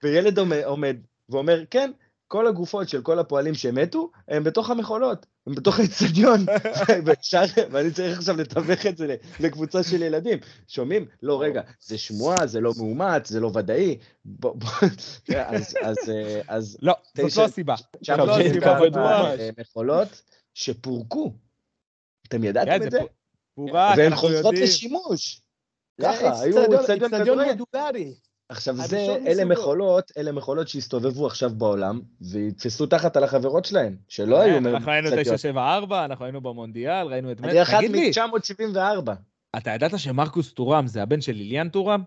וילד עומד, עומד ואומר, כן, כל הגופות של כל הפועלים שמתו, הם בתוך המכולות, הם בתוך האצטדיון, ואפשר- ואני צריך עכשיו לתווך את זה ל- לקבוצה של ילדים. שומעים? לא, רגע, זה שמועה, זה לא מאומץ, זה לא ודאי. בוא, בוא, אז, אז, אה, אז לא, זאת תשע- לא הסיבה. שם כבוד, יש כבוד כמה ממש. אה, מכולות שפורקו. אתם יד, ידעתם את זה זה? פו- פורק, והן אנחנו חוזרות יודעים. לשימוש. זה ככה, היו אצטדיון- אצטדיון אצטדיון כדורגל. מדולרי. עכשיו הראשון זה, מסוגו. אלה מכולות, אלה מכולות שהסתובבו עכשיו בעולם, ויתפסו תחת על החברות שלהם, שלא לא היו מ- כן, אה, אנחנו היינו שקיות. 974, אנחנו היינו במונדיאל, ראינו את אני מנט. אחת תגיד לי, מ-974. אתה ידעת שמרקוס טורם זה הבן של ליליאן טורם?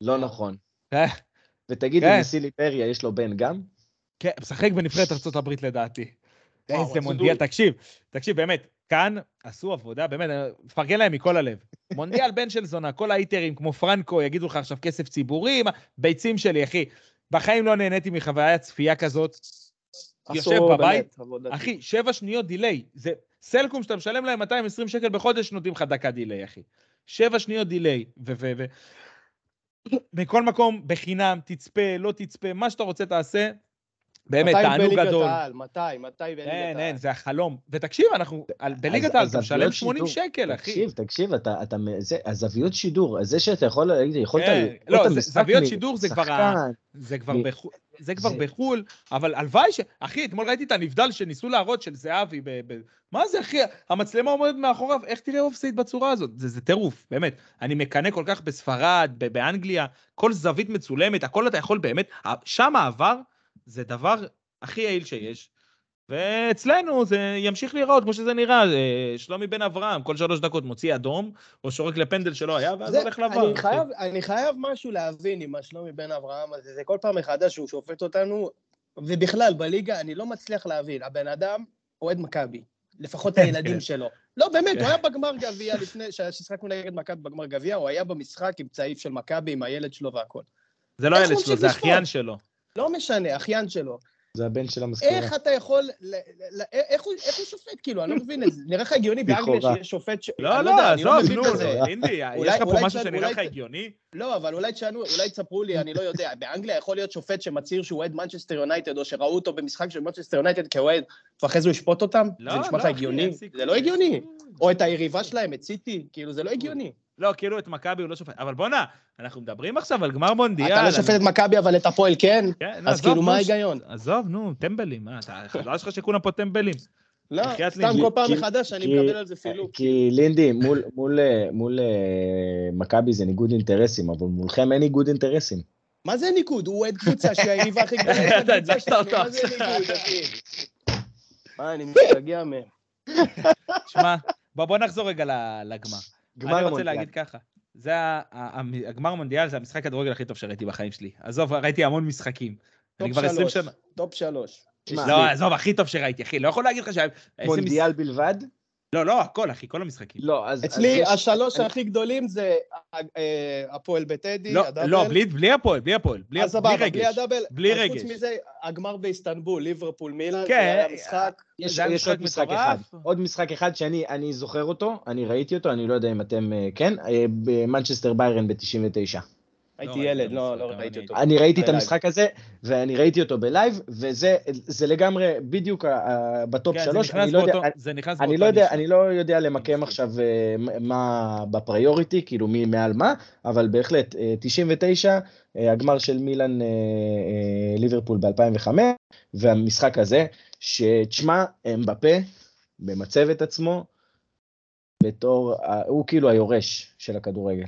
לא נכון. אה, ותגיד, כן. אם נשיא ליבריה יש לו בן גם? כן, משחק בנבחרת ארה"ב לדעתי. וואו, איזה רצו מונדיאל, דו- תקשיב, תקשיב, באמת, כאן עשו עבודה, באמת, אני מפרגן להם מכל הלב. מונדיאל בן של זונה, כל האיטרים כמו פרנקו יגידו לך עכשיו כסף ציבורי, מה- ביצים שלי, אחי. בחיים לא נהניתי מחוויית צפייה כזאת. יושב עשו בבית, באמת עבודת- אחי, שבע שניות דיליי. זה סלקום שאתה משלם להם 220 שקל בחודש, נותנים לך דקה דיליי, אחי. שבע שניות דיליי, ו... ו, ו... מכל מקום, בחינם, תצפה, לא תצפה, מה שאתה רוצה תעשה. באמת, מתי תענוג בליגת גדול. העל? מתי? מתי בליגת העל? אין, אין, זה החלום. ותקשיב, אנחנו, על- בליגת אז- העל אז אתה משלם עלויות 80 שידור. שקל, אחי. תקשיב, תקשיב, אתה, אתה, מ- זה, הזוויות שידור, זה שאתה יכול, יכולת, כן, לראות את לא, זה- המשחק זוויות מ- שידור זה כבר ה- שחקן, זה כבר מ- בחו"ל, זה כבר זה- בחו"ל, אבל הלוואי ש... אחי, אתמול ראיתי את הנבדל שניסו להראות של זהבי ב... ב... מה זה, אחי? המצלמה עומדת מאחוריו, איך תראה אופסייד בצורה הזאת? זה, זה טירוף, באמת. אני מקנא כל כך בספרד, ב- באנגליה, כל זווית מצולמת, הכל אתה יכול באמת... ה- שם העבר זה דבר הכי יעיל שיש. ואצלנו זה ימשיך להיראות כמו שזה נראה, אה, שלומי בן אברהם, כל שלוש דקות מוציא אדום, או שורק לפנדל שלא היה, ואז זה- הולך לבר. אני אחי. חייב- אני חייב משהו להבין עם השלומי בן אברהם הזה, זה כל פעם מחדש שהוא שופט אותנו, ובכלל, בליגה אני לא מצליח להבין, הבן אדם אוהד מכבי, לפחות כן. הילדים שלו. לא, באמת, כן. הוא היה בגמר גביע לפני, כששיחקנו נגד מכבי בגמר גביע, הוא היה במשחק עם צעיף של מכבי, עם הילד שלו והכל. זה לא איך הילד הוא שלו, ממשיך זה לספוג? אחיין שלו. לא משנה, אחיין שלו. זה הבן של כן. המזכירה. איך אתה יכול, ל- ל- ל- איך הוא איך הוא שופט, כאילו, אני לא מבין את זה. נראה לך הגיוני באנגליה לכאורה. שיש שופט ש... לא, אני יודע, לא, אני לא עזוב, מבין נו, בזה. נו, אינדי, אולי- יש לך פה אולי משהו צד- שנראה אולי לך צד- הגיוני? לא, אבל אולי תשנו, אולי תספרו לי, אני לא יודע. באנגליה יכול להיות שופט שמצהיר שהוא אוהד מנצ'סטר יונייטד, או שראו אותו במשחק של מנצ'סטר יונייטד כאוהד, ואחרי זה הוא ישפוט אותם? לא, זה נשמע לך לא, אחי, הגיוני? אין סיכוי. זה לא הגיוני. או את היריבה שלהם, את סיטי, כאילו, זה לא הגיוני. לא, כאילו את מכבי הוא לא שופט. אבל בואנה, אנחנו מדברים עכשיו על גמר מונדיאל. אתה לא על- שופט את מכבי, אבל את הפועל כן? כן, נו, אז עזוב, כאילו, נו, מה ש- ההיגיון? עזוב, נו, טמבלים, מה, אתה, לא, החברה שלך שכולם פה טמבלים. לא, בחייאת סתם לי, כל כי- פעם מחדש אני כי- מקבל על זה פילוג. כי לינדי, מול, מול, אה, מול אה, מכבי זה ניגוד אינטרסים, אבל מולכם אין ניגוד אינטרסים. מה זה ניקוד? הוא אוהד קבוצה שהיריבה הכי גדולה של אתה הקבוצה הדלקת שלנו, אותו מה זה עכשיו. ניקוד, אחי? מה, אני משתגע מהם. שמע, בוא, בוא נחזור רגע ל- לגמר. גמר אני רוצה המונדיאל. להגיד ככה, זה ה- ה- המ- הגמר מונדיאל, זה המשחק כדורגל הכי טוב שראיתי בחיים שלי. עזוב, ראיתי המון משחקים. אני טופ כבר 20 שלוש. שנה... טופ שלוש. תשמע, לא, עזוב, הכי טוב שראיתי, אחי, לא יכול להגיד לך שה... איזה מש- אה, מונדיאל בלבד? לא, לא, הכל, אחי, כל המשחקים. לא, אז... אז אצלי יש- השלוש אני- הכי גדולים זה אה, אה, הפועל בטדי, לא, הדאבל. לא, בלי- בלי הפועל, בלי הפועל, בלי אז בלי סבבה, רגש. בלי הדאבל. בלי אז רגש. חוץ מזה, הגמר באיסטנבול, ליברפול מילאן, כן, זה היה משחק. יש, זה היה יש עוד משחק משחק אחד, מטורף. עוד משחק אחד שאני אני זוכר אותו, אני ראיתי אותו, אני לא יודע אם אתם אה, כן, אה, במנצ'סטר ביירן ב-99. הייתי ראיתי את ילד, המשחק, לא, לא אבל אני ראיתי הייתי- אותו. אני ראיתי את בלייב. המשחק הזה, ואני ראיתי אותו בלייב, וזה זה לגמרי בדיוק ה- ה- בטופ כן, זה שלוש, נכנס אני לא יודע, באותו- אני- זה נכנס אני באותה לא יודע, נישה. אני לא יודע למקם מסכים. עכשיו אה, מ- מה בפריוריטי, כאילו מי מעל מה, אבל בהחלט, אה, 99, אה, הגמר של מילאן אה, אה, ליברפול ב-2005, והמשחק הזה, שתשמע, אמבפה, ממצב את עצמו, בתור, ה- הוא כאילו היורש של הכדורגל.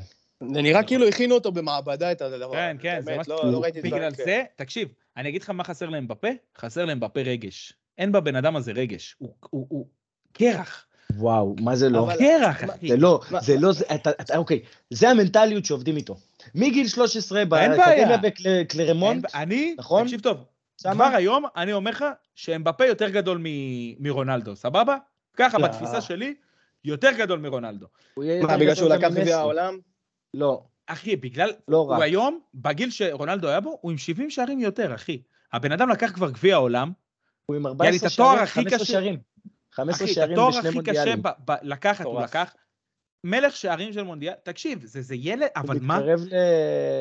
זה נראה כאילו הכינו אותו במעבדה את הדבר. כן, הזה, כן, זה באמת, מה לא לא ראיתי את בגלל כן. זה, תקשיב, אני אגיד לך מה חסר להם בפה, חסר להם בפה רגש. אין בבן אדם הזה רגש, הוא- הוא הוא קרח, וואו, מה זה לא? אבל- קרח, מה- אחי. זה לא, מה- זה לא, זה- אתה, אתה, אוקיי, זה המנטליות שעובדים איתו. מגיל 13 אין באקדמיה בעיה. אין בקלרמונט, ב- אני, נכון? תקשיב טוב, שמה? כבר היום אני אומר לך שאמבפה יותר גדול מ- מרונלדו, סבבה? ככה, לא. בתפיסה שלי, יותר גדול מרונלדו. הוא יהיה מה, יותר בגלל גדול שהוא גם לקח ממסי. גביע העולם? לא. אחי, בגלל... לא הוא רע. היום, בגיל שרונלדו היה בו, הוא עם 70 שערים יותר, אחי. הבן אדם לקח כבר גביע עולם, הוא עם יאללה, 14 את התואר שערים, הכי 15 קשה. שערים. אחי, 15 את שערים התואר בשני הכי קשה מונדיאלים. ב- ב- לקחת, הוא מטורף. לקח. מלך שערים של מונדיאל, תקשיב, זה זה ילד, אבל הוא מה? מתקרב ל-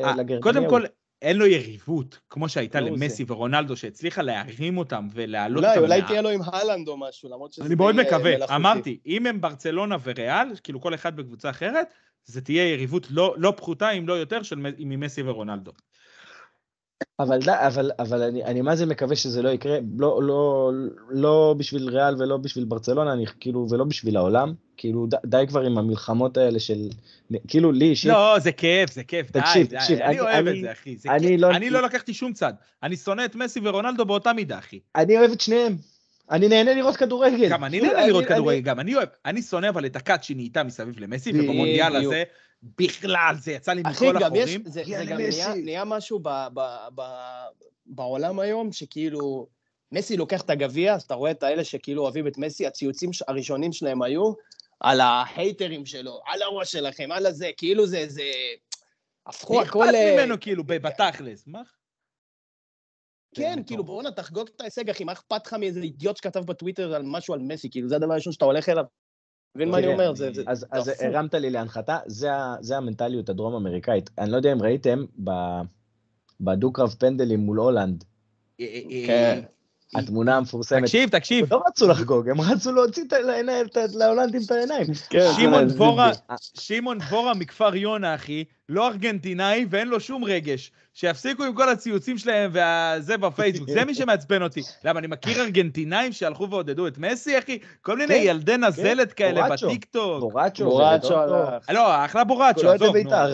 אה, לגרמניה. קודם הוא. כל, אין לו יריבות, כמו שהייתה לא זה. למסי ורונלדו, שהצליחה להרים אותם ולהעלות אולי, אותם. אולי מה- תהיה לו עם הלנד או משהו, למרות שזה... אני מאוד די, אה, מקווה, מלאכותי. אמרתי, אם הם ברצלונה וריאל, כאילו כל אחד בקבוצה אחרת, זה תהיה יריבות לא, לא פחותה, אם לא יותר, של מ- ממסי ורונלדו. אבל, ד- אבל, אבל אני, אני מה זה מקווה שזה לא יקרה, לא, לא, לא בשביל ריאל ולא בשביל ברצלונה, אני כאילו, ולא בשביל העולם, כאילו ד, די כבר עם המלחמות האלה של, כאילו לי אישית, לא, זה כיף, זה כיף, די, תקשיב, די, תקשיב, אני אני- אוהב את אני- זה, אחי. זה אני כיף. לא- אני לא לקחתי שום צד. אני שונא את מסי ורונלדו באותה מידה, אחי. אני אוהב את שניהם, אני נהנה לראות כדורגל. גם אני כאילו, נהנה לראות כדורגל, גם אני אוהב. אני שונא אבל את הכת שנהייתה מסביב למסי, בדיוק. ובמונדיאל הזה, בכלל, זה יצא לי אחי, מכל גם יש, החורים. זה, זה יאללה, גם נהיה, מסי. נהיה משהו ב, ב, ב, בעולם היום, שכאילו, מסי לוקח את הגביע, אז אתה רואה את האלה שכאילו אוהבים את מסי, הציוצים ש- הראשונים שלהם היו על החייטרים שלו, על הראש שלכם, על הזה, כאילו זה, זה... הפכו מי הכל... אה, אכפת ל- ממנו, כאילו, ב- בתכלס? מה? כן, מטורף. כאילו, בואנה, תחגוג את ההישג, אחי, מה אכפת לך מאיזה אידיוט שכתב בטוויטר על משהו על מסי, כאילו, זה הדבר הראשון שאתה הולך אליו. מבין מה אני כן. תראה, אומר? זה... זה- אז, אז דפוק. הרמת לי להנחתה, זה, ה- זה המנטליות הדרום אמריקאית. אני לא יודע אם ראיתם ב, בדו-קרב פנדלים מול הולנד, אה, אה, כן. אה, התמונה המפורסמת. תקשיב, תקשיב, לא רצו לחגוג, הם רצו להוציא את העיניים- את ה- להולנדים את העיניים. שמעון זה- דבורה, זה- שמעון דבורה מכפר יונה, אחי, לא ארגנטינאי ואין לו שום רגש. שיפסיקו עם כל הציוצים שלהם וזה בפייסבוק, זה מי שמעצבן אותי. למה, אני מכיר ארגנטינאים שהלכו ועודדו את מסי, אחי? כל מיני כן, ילדי נזלת כאלה בורצ'ו. בטיקטוק. בורצ'ו. בורצ'ו ורדוטו. הלך. אה, לא, אחלה בורצ'ו, לא אוהד עזוב, נו. בית"ר.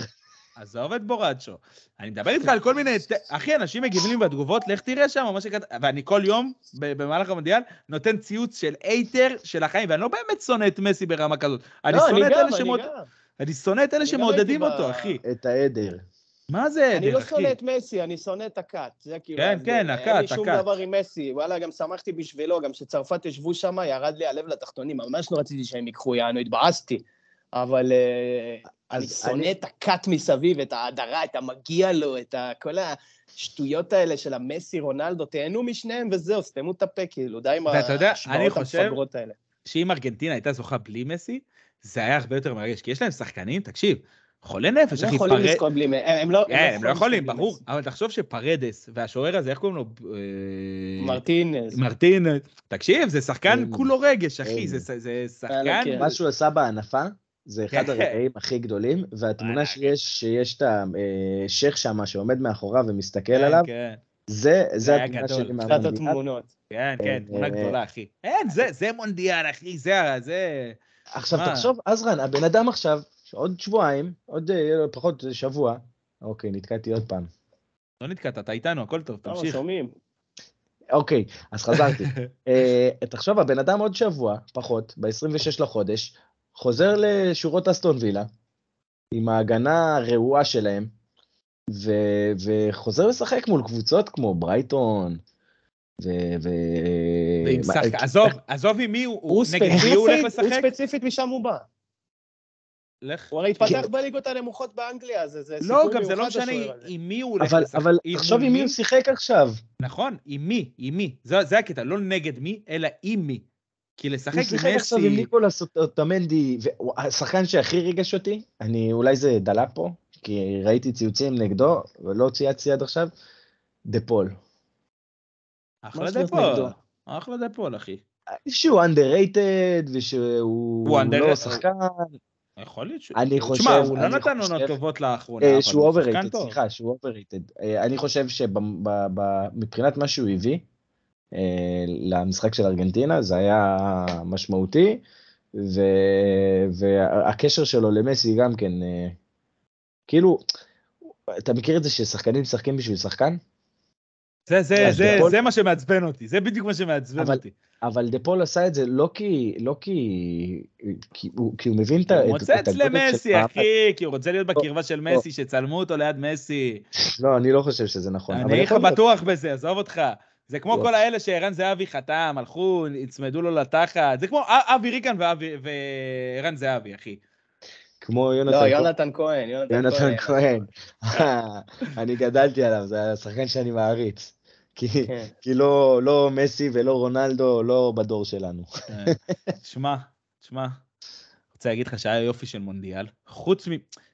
עזוב את בורצ'ו. אני מדבר איתך על כל מיני... ת- אחי, אנשים מגיבים לי בתגובות, לך תראה שם, מה שכתב... ואני כל יום, ב- במהלך המונדיאל, נותן ציוץ של אייטר של החיים, ואני לא באמת שונא את מסי ברמה כזאת. אני לא, שונא את גם, אלה שמוד... גם. אני שונא את אלה אני גם שמעודדים הייתי ב- אותו, אחי. את העדר. מה זה אני עדר, לא אחי? שונא את מסי, אני שונא את הכת. זה כאילו... כן, ההבדל. כן, אין לי הכת, שום הכת. דבר עם מסי. וואלה, גם שמחתי בשבילו, גם כשצרפת ישבו שם, ירד לי הלב לתחתונים. ממש לא רציתי שהם ייקחו, יענו, התבאסתי. אבל אה, אני אז שונא אני- את הכת מסביב, את ההדרה, את המגיע לו, את ה- כל השטויות האלה של המסי, רונלדו, תהנו משניהם וזהו, סתמו את הפה, כאילו, די עם ואתה יודע, אני חושב- המפגרות האלה. שאם ארגנטינה הייתה זוכה בלי מסי, זה היה הרבה יותר מרגש, כי יש להם שחקנים, תקשיב, חולי נפש, הם לא אחי, יכולים פרד- לזכות בלי... מ- הם הם לא כן, הם לא יכולים, לזכות בלי ברור, מסי. אבל תחשוב שפרדס והשוער הזה, איך קוראים לו? אה, מרטינז. מרטינז. תקשיב, זה שחקן אין. כולו רגש, אחי, אין. זה- זה זה שחקן... יאללה, כן. מה שהוא עשה בהנפה, זה אחד כן. הרגעים הכי גדולים, וואלה. והתמונה שיש, שיש את השייח שם שעומד מאחוריו ומסתכל כן, עליו, כן, זה, היה זה התמונה גדול. שלי קצת מהמונדיאל. התמונות. כן, כן, אה, תמונה אה, גדולה, אחי. אין, זה- זה מונדיאל, אחי, זה... ה- זה... עכשיו מה? תחשוב, עזרן, הבן אדם עכשיו, עוד שבועיים, עוד אה, פחות שבוע, אוקיי, נתקעתי עוד פעם. לא נתקעת, אתה איתנו, הכל טוב, למה, תמשיך. שומעים? אוקיי, אז חזרתי. אה, תחשוב, הבן אדם עוד שבוע, פחות, ב-26 לחודש, חוזר לשורות אסטון וילה, עם ההגנה הרעועה שלהם, ו- וחוזר לשחק מול קבוצות כמו ברייטון, ו... ו- ועם אה, מה- שחקן, עזוב, עזוב עם מי הוא, הוא הוא- נגד מי הוא הולך ספציפית, הוא לשחק? ספציפית משם הוא בא. לך. הוא הרי התפתח כן. בליגות הנמוכות באנגליה, אז זה- זה סיפור לא, מיוחד. גם זה לא משנה השוער הזה. עם מי הוא הולך אבל, לשחק. אבל אם תחשוב מול עם מי הוא שיחק עכשיו. נכון, עם מי, עם מי. זה זה הקטע, לא נגד מי, אלא עם מי. כי לשחק הוא שיחק עם עכשיו עם מסי... ניקולס אוטמנדי, השחקן שהכי ריגש אותי, אני אולי זה דלה פה, כי ראיתי ציוצים נגדו, ולא צייצתי עד עכשיו, דה פול. אחלה מה זאת דפול, נגדו? אחלה דפול, אחי. שהוא underrated ושהוא הוא לא underrated. שחקן, יכול להיות ש... אני חושב, תשמע, הוא לא אני נתן עונות חושב, טובות לאחרונה, אה, אבל שהוא הוא שחקן overrated, טוב. סליחה, שהוא overrated. אה, אני חושב שמבחינת מה שהוא הביא אה, למשחק של ארגנטינה זה היה משמעותי, ו- והקשר שלו למסי גם כן, אה, כאילו, אתה מכיר את זה ששחקנים משחקים בשביל שחקן? זה, זה, אה, זה, דפול. זה מה שמעצבן אותי, זה בדיוק מה שמעצבן אבל- אותי. אבל דה פול עשה את זה לא כי, לא כי, כי הוא, כי הוא מבין את ה- הוא את- את מוצץ הגודל של למסי, המעמד. אחי, כי הוא רוצה להיות בקרבה של מסי, שצלמו אותו ליד מסי. לא, אני לא חושב שזה נכון. אבל אני איך יכול להיות. בטוח בזה, עזוב אותך. זה כמו בטוח. כל האלה שערן זהבי חתם, הלכו, נצמדו לו לתחת. זה כמו א- אבי ריקן ואבי- וערן זהבי, אחי. כמו יונתן לא, כהן. יונתן כהן, יונתן כהן. יונתן כהן. נכון. אני גדלתי עליו, זה השחקן שאני מעריץ. כי, כן. כי לא, לא מסי ולא רונלדו, לא בדור שלנו. תשמע, תשמע, רוצה להגיד לך שהיה יופי של מונדיאל, חוץ מ...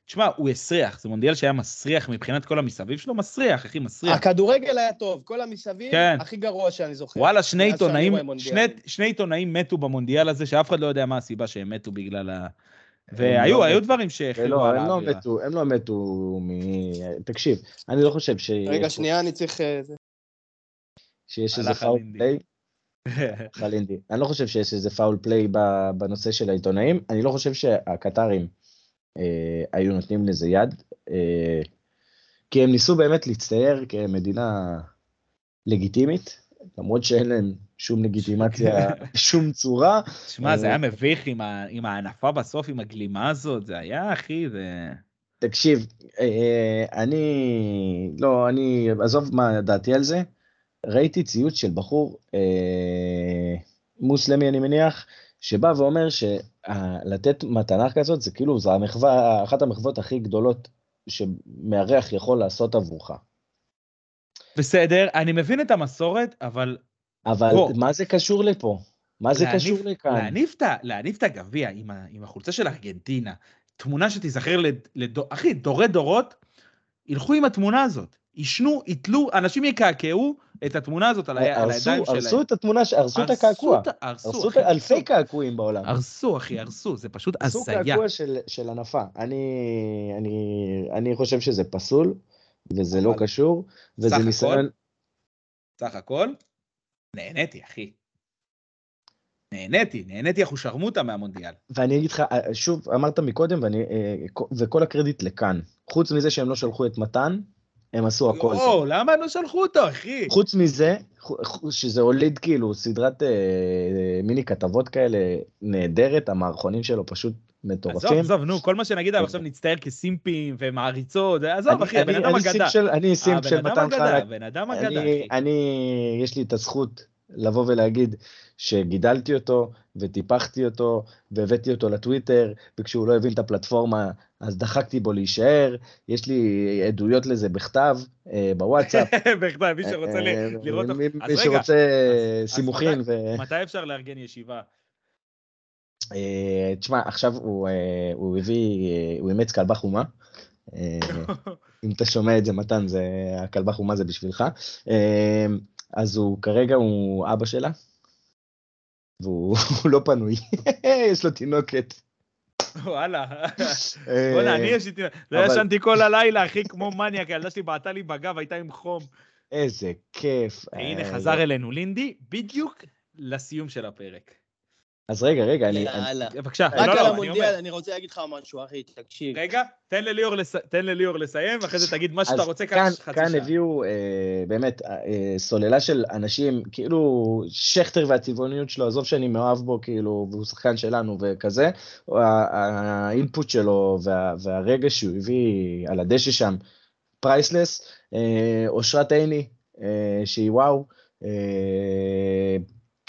תשמע, הוא הסריח, זה מונדיאל שהיה מסריח מבחינת כל המסביב שלו, מסריח, אחי, מסריח. הכדורגל היה טוב, כל המסביב, כן. הכי גרוע שאני זוכר. וואלה, שני מאז שאני עיתונאים, רואה מונדיאל. שני, שני עיתונאים מתו במונדיאל הזה, שאף אחד לא יודע מה הסיבה שהם מתו בגלל ה... לא והיו, היו מתו. דברים שהחילו לא, על הם לא האווירה. מתו, הם לא מתו מ... תקשיב, אני לא חושב ש... רגע, שנייה, אני צריך... אה, זה. שיש איזה הלך על פאול אינדי. פליי. בכלל אינדי. אני לא חושב שיש איזה פאול פליי ב- בנושא של העיתונאים, אני לא חושב שהקטרים אה, היו נותנים לזה יד, אה, כי הם ניסו באמת להצטייר כמדינה לגיטימית, למרות שאין להם שום לגיטימציה בשום צורה. תשמע, אה, זה היה מביך עם, ה... עם הענפה בסוף, עם הגלימה הזאת, זה היה, אחי, זה... תקשיב, אה, אני, לא, אני, עזוב מה דעתי על זה, ראיתי ציוץ של בחור אה, מוסלמי, אני מניח, שבא ואומר שלתת מתנה כזאת זה כאילו, זה המחווה, אחת המחוות הכי גדולות שמארח יכול לעשות עבורך. בסדר, אני מבין את המסורת, אבל אבל בוא. מה זה קשור לפה? מה זה להניף- קשור לכאן? להניף את ה- להניף את הגביע עם ה- עם החולצה של ארגנטינה, תמונה שתיזכר לדור... אחי, דורי דורות, ילכו עם התמונה הזאת. עישנו, יתלו, אנשים יקעקעו את התמונה הזאת על ה- על הרסו, הידיים שלהם. הרסו את התמונה, ש- הרסו את הקעקוע. את ה- הרסו את אחי, אלפי קעקועים בעולם. הרסו, אחי, הרסו, זה פשוט סוג הזיה. קעקוע של, של הנפה. אני, אני, אני חושב שזה פסול, וזה לא אבל- קשור, נכון. סך וזה הכל? ניסיון... סך הכל, נהניתי, אחי. נהניתי, נהניתי אחושרמוטה מהמונדיאל. ואני אגיד לך, אה, שוב, אמרת מקודם, ואני, אה, כ- וכל הקרדיט לכאן. חוץ מזה שהם לא שלחו את מתן, הם עשו הכל. יואו, למה הם לא שלחו אותו, אחי? חוץ מזה, חו- חו- שזה הוליד כאילו סדרת אה, מיני כתבות כאלה נהדרת, המערכונים שלו פשוט עזוב, מטורפים. עזוב, נו, כל מה שנגיד עליו עכשיו נצטער כסימפים ומעריצות, עזוב, כן. אני- אחי, הבן אני- אדם אני סימפ אגדה. של- אני סימפ של הבן אדם מתן אגדה, חלק. הבן אדם אגדה, אני, אחי. אני, יש לי את הזכות לבוא ולהגיד שגידלתי אותו, וטיפחתי אותו, והבאתי אותו לטוויטר, וכשהוא לא הבין את הפלטפורמה, אז דחקתי בו להישאר, יש לי עדויות לזה בכתב, אה, בוואטסאפ. בכלל, מי שרוצה ל- אה, לראות... מי, אז מי רגע, שרוצה אה, אז- אז סימוכין. ו... מתי אפשר לארגן ישיבה? אה, תשמע, עכשיו הוא, אה, הוא הביא, אה, הוא אימץ כלבה חומה. אה, אם אתה שומע את זה, מתן, זה הכלבה חומה זה בשבילך. אה, אז הוא כרגע הוא אבא שלה, והוא הוא לא פנוי, יש לו תינוקת. וואלה. אה, בוא'נה, אני יש לי... לא אבל- ישנתי כל הלילה, אחי, כמו מניאק, הילדה שלי בעטה לי בגב, הייתה עם חום. איזה כיף. הנה, אה, חזר אלינו לינדי, בדיוק לסיום של הפרק. אז רגע, רגע, אני... אני- יאללה. בבקשה, רק לא, על לא, אני המונדיאל, אומר. אני רוצה להגיד לך משהו, אחי, תקשיב. רגע, תן לליאור לס- תן לליאור לסיים, ואחרי זה תגיד מה אז שאתה רוצה כאן כאן, חצי כאן שעה. הביאו אה, באמת אה, אה, סוללה של אנשים, כאילו שכטר והצבעוניות שלו, עזוב שאני מאוהב בו, כאילו, והוא שחקן שלנו וכזה, ה- ה- האינפוט שלו וה, והרגש שהוא הביא על הדשא שם, פרייסלס, אה, אושרת עיני, אה, שהיא וואו, אה,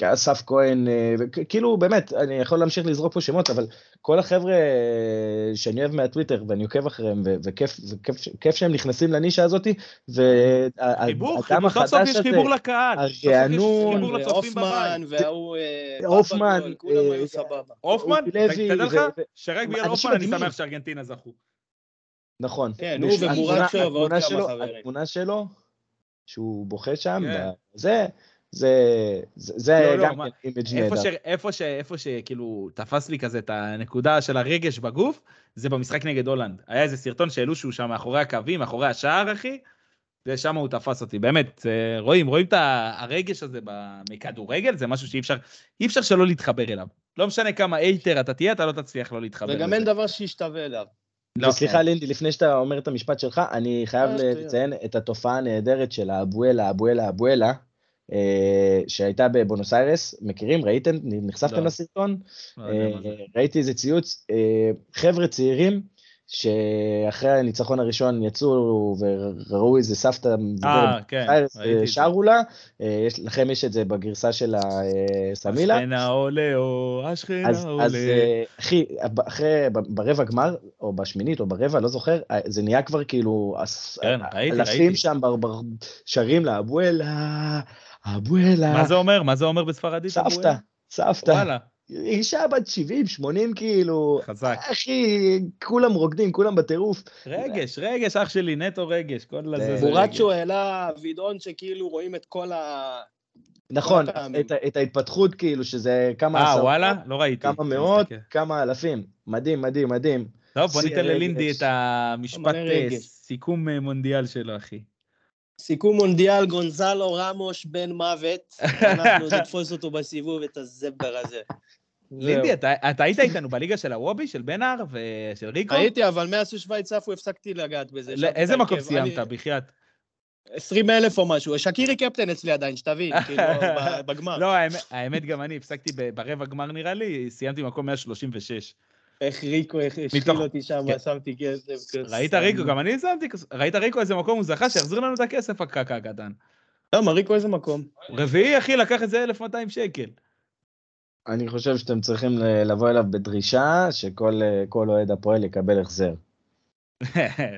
אסף כהן, אה, וכ- כאילו באמת, אני יכול להמשיך לזרוק פה שמות, אבל כל החבר'ה אה, שאני אוהב מהטוויטר ואני עוקב אחריהם, ו- וכיף וכיף ש- כיף שהם נכנסים לנישה אה, הזאת, חיבור, והאדם חיבור, סוף סוף יש חיבור לקהל. סוף סוף יש הרענון, חיבור לצופים והופמן, בבית. אה, וההוא... אה, הופמן, פפגול, כולם אה, היו סבבה. הופמן, אופי לוי תדע לך ו- ו- שרק בגלל אנשים הופמן אני מדהימים. שמח שארגנטינה זכו. נכון. כן, הוא והתמונה- ומורצ'ו ועוד התמונה כמה שלו- חברים. התמונה שלו, שהוא בוכה שם, כן. ב- זה, זה, זה- זה לא, לא, גם מה- כן אימג' איפה ש- נהדר. איפה ש... איפה שכאילו תפס לי כזה את הנקודה של הרגש בגוף, זה במשחק נגד הולנד. היה איזה סרטון שהעלו שהוא שם מאחורי הקווים, מאחורי השער, אחי, ושם הוא תפס אותי. באמת, אה, רואים, רואים את ה- הרגש הזה ב- מכדורגל, זה משהו שאי אפשר, אי אפשר שלא להתחבר אליו. לא משנה כמה אייטר אתה תהיה, אתה לא תצליח לא להתחבר. וגם לזה. אין דבר שישתווה אליו. לא, וסליחה לינדי, לפני שאתה אומר את המשפט שלך, אני חייב אה, שטויות. לציין את התופעה הנהדרת של האבואלה, אבואלה, אבואלה, אה, שהייתה בבונוס איירס, מכירים? ראיתם? נחשפתם לא. לסרטון? לא יודע מה זה. אה, ראיתי איזה ציוץ, אה, חבר'ה אה, צעירים שאחרי הניצחון הראשון יצאו וראו איזה סבתא מבוגרת אה, כן, איירס ראיתי את זה. שרו לה, אה, יש- לכם יש את זה בגרסה של אה, הסמילה. השכנה עולה או, השכנה אז, עולה. אז אה, אחי, ב- אחרי, ב- ברבע גמר, או בשמינית, או ברבע, לא זוכר, אה, זה נהיה כבר כאילו, אס- כן, ראיתי, אלפים ראיתי. שם בר- בר- שרים לה, אבואלה, אבואלה, מה זה אומר? מה זה אומר בספרדית? סבתא, אבואלה? סבתא, וואלה, אישה בת 70, 80 כאילו, חזק. אחי, כולם רוקדים, כולם בטירוף. רגש, רגש, אח שלי, נטו רגש. כל הזה זה רגש. בורצ'ו העלה וידאון שכאילו רואים את כל ה... נכון, הפעמים. את, ה- את ההתפתחות כאילו, שזה כמה אה, עשרות, וואלה? לא ראיתי. כמה אני מאות, מסתכל. כמה אלפים. מדהים, מדהים, מדהים. טוב, בוא שיא ניתן הרגש. ללינדי את המשפט מלא אה, רגש. סיכום אה, מונדיאל שלו, אחי. סיכום מונדיאל, גונזלו רמוש בן מוות, אנחנו נתפוס אותו בסיבוב, את הזבר הזה. לינדי, אתה- אתה היית איתנו בליגה של הוובי, של בנאר ושל ריקו? הייתי, אבל מאז ששווייץ עפו הפסקתי לגעת בזה. לא, ישבתי איזה מקום בהרכב. סיימת, אני- בחייאת? 20 אלף או משהו, שקירי קפטן אצלי עדיין, שתבין, כאילו, ב- בגמר. לא, האמת- האמת, גם אני הפסקתי ב- ברבע גמר נראה לי, סיימתי במקום 136. איך ריקו איך השחיל מתוך- אותי שם, כן. שמתי כסף. ראית כסף. ריקו, גם אני שמתי, כס- ראית ריקו איזה מקום הוא זכה, שיחזיר לנו את הכסף, הקקה הקטן. למה, ריקו לא, איזה מקום? רביעי, אחי, לקח את זה 1,200 שקל. אני חושב שאתם צריכים ל- לבוא אליו בדרישה שכל אה, כל אוהד הפועל יקבל החזר.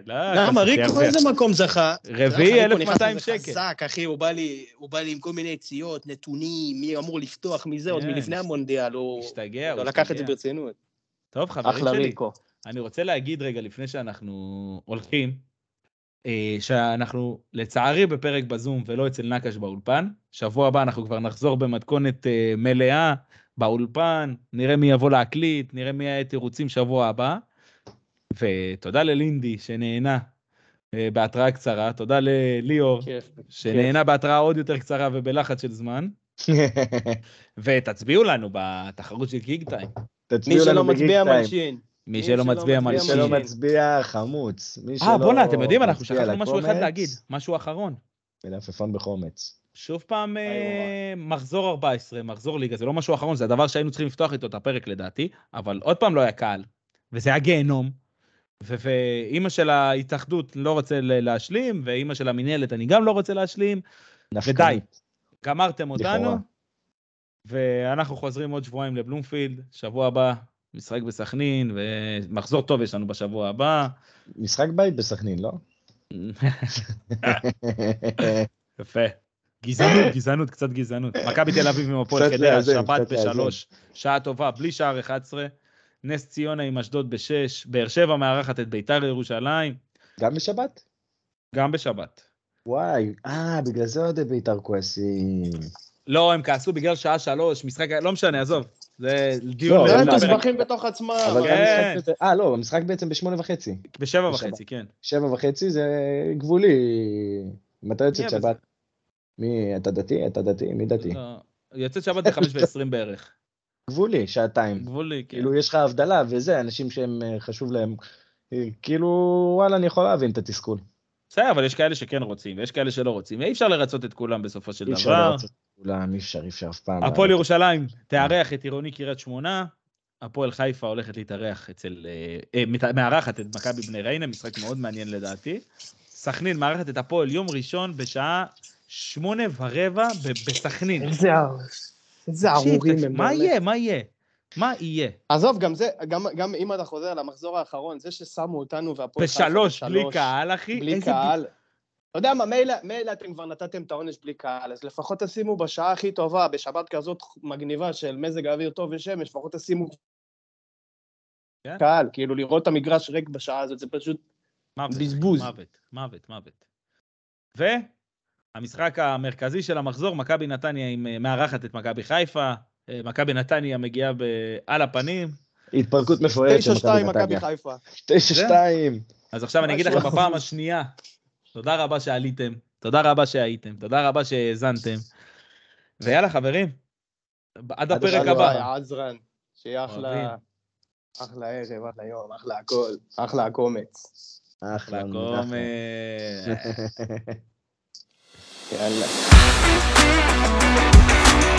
לא, למה, כסף ריקו ירוויח. איזה מקום זכה? רביעי, ריקו לא, נכנס 1,200 לזה שקל. חזק, אחי, הוא בא לי, הוא בא לי עם כל מיני יציאות, נתונים, מי אמור לפתוח, מי זה, עוד כן, מלפני השת- המונדיאל, הוא השתגע, הוא כן, הוא לא, לקח את זה השתגע. ברצינות. טוב, חברים אחלה שלי, ריקו. אני רוצה להגיד רגע, לפני שאנחנו הולכים, אה, שאנחנו לצערי בפרק בזום ולא אצל נקש באולפן. שבוע הבא אנחנו כבר נחזור במתכונת אה, מלאה באולפן, נראה מי יבוא להקליט, נראה מי יהיה תירוצים שבוע הבא. ותודה ללינדי שנהנה אה, בהתראה קצרה, תודה לליאור כיף. כן. שנהנה בהתראה עוד יותר קצרה ובלחץ של זמן, ותצביעו לנו בתחרות של גיג טיים. מי תצביעו שלא לנו בגיק מצביע טיים. מלשין. מי שלא מצביע מי מלשין. שלא מצביע חמוץ. מי אה, שלא בואנה, אתם יודעים, אנחנו מצביע שכחנו משהו אחד לקומץ, להגיד, משהו אחרון. מלפפון בחומץ. שוב פעם, אה, מחזור 14, מחזור ליגה, זה לא משהו אחרון, זה הדבר שהיינו צריכים לפתוח איתו את הפרק לדעתי, אבל עוד פעם לא היה קהל, וזה היה גיהנום, ו- ואימא של ההתאחדות לא רוצה ל- להשלים, ואימא של המינהלת אני גם לא רוצה להשלים, נפקא. גמרתם אותנו, לכאורה. ואנחנו חוזרים עוד שבועיים לבלומפילד, שבוע הבא, משחק בסכנין, ומחזור טוב יש לנו בשבוע הבא. משחק בית בסכנין, לא? יפה. גזענות, גזענות, קצת גזענות. מכבי תל אביב עם הפועל קצת חדרה, לאזן, שבת קצת לאזן. בשלוש, שעה טובה, בלי שער 11. נס ציונה עם אשדוד בשש, באר שבע מארחת את ביתר ירושלים, גם בשבת? גם בשבת. וואי, אה, בגלל זה אוהדי בית"ר כועסים. לא, הם כעסו בגלל שעה שלוש, משחק, לא משנה, עזוב. זה דיון לא, לעוד אבל הם למה? פרק. תוסבכים בתוך עצמם. אבל אבל- גם כן. משחק... בזה- אה, לא, המשחק בעצם בשמונה וחצי. בשבע בשבת. וחצי, כן. שבע וחצי זה גבולי. מתי מי יוצאת אבל שבת? מי, אתה דתי? אתה דתי? מי דתי? לא, יוצאת שבת בחמש ועשרים בערך. גבולי, שעתיים. גבולי, כאילו. כאילו, יש לך הבדלה וזה, אנשים שהם אה, חשוב להם. אה, כאילו, וואלה, אני יכול להבין את התסכול. בסדר, אבל יש כאלה שכן רוצים, ויש כאלה שלא רוצים. אי אפשר לרצות את כולם בסופו של אי אפשר דבר. לרצות את כולם, אי אפשר, אי אפשר אף פעם. הפועל ירושלים תארח את עירוני קריית שמונה, הפועל חיפה הולכת להתארח אצל... אה, אה, מת- מארחת את מכבי בני ריינה, משחק מאוד מעניין לדעתי. סכנין מארחת את הפועל יום ראשון בשעה שמונה ורבע ב- בסכנין. איזה איזה תקשיב, ארורים תקשיב, הם. מה באמת. יהיה? מה יהיה? מה יהיה? עזוב, גם זה, גם, גם אם אתה חוזר למחזור האחרון, זה ששמו אותנו והפועל חיפה בשלוש, בלי בשלוש, קהל, אחי. בלי איזה קהל. אתה יודע מה, מילא, מילא אתם כבר נתתם את העונש בלי קהל, אז לפחות תשימו בשעה הכי טובה, בשבת כזאת מגניבה של מזג אוויר טוב ושמש, לפחות תשימו כן. קהל, כאילו לראות את המגרש ריק בשעה הזאת, זה פשוט... מוות, בזבוז. אחי, מוות, מוות, מוות. והמשחק המרכזי של המחזור, מכבי נתניה עם אה, מארחת את מכבי חיפה, אה, מכבי נתניה מגיעה ב- על הפנים. התפרקות מפוארת של תשע שתיים מכבי מכבי נתניה. חיפה. תשע שתיים. אז עכשיו אני אגיד משהו לכם בפעם השנייה, תודה רבה שעליתם, תודה רבה שהייתם, תודה רבה שהאזנתם. ויאללה, חברים, עד הפרק השבוע הבא. לא היה עזרן, שיהיה אחלה... אוהבים. אחלה ערב, אחלה יום, אחלה הכל, אחלה הקומץ. אחלה. מנחם. אה, לקומץ. יאללה.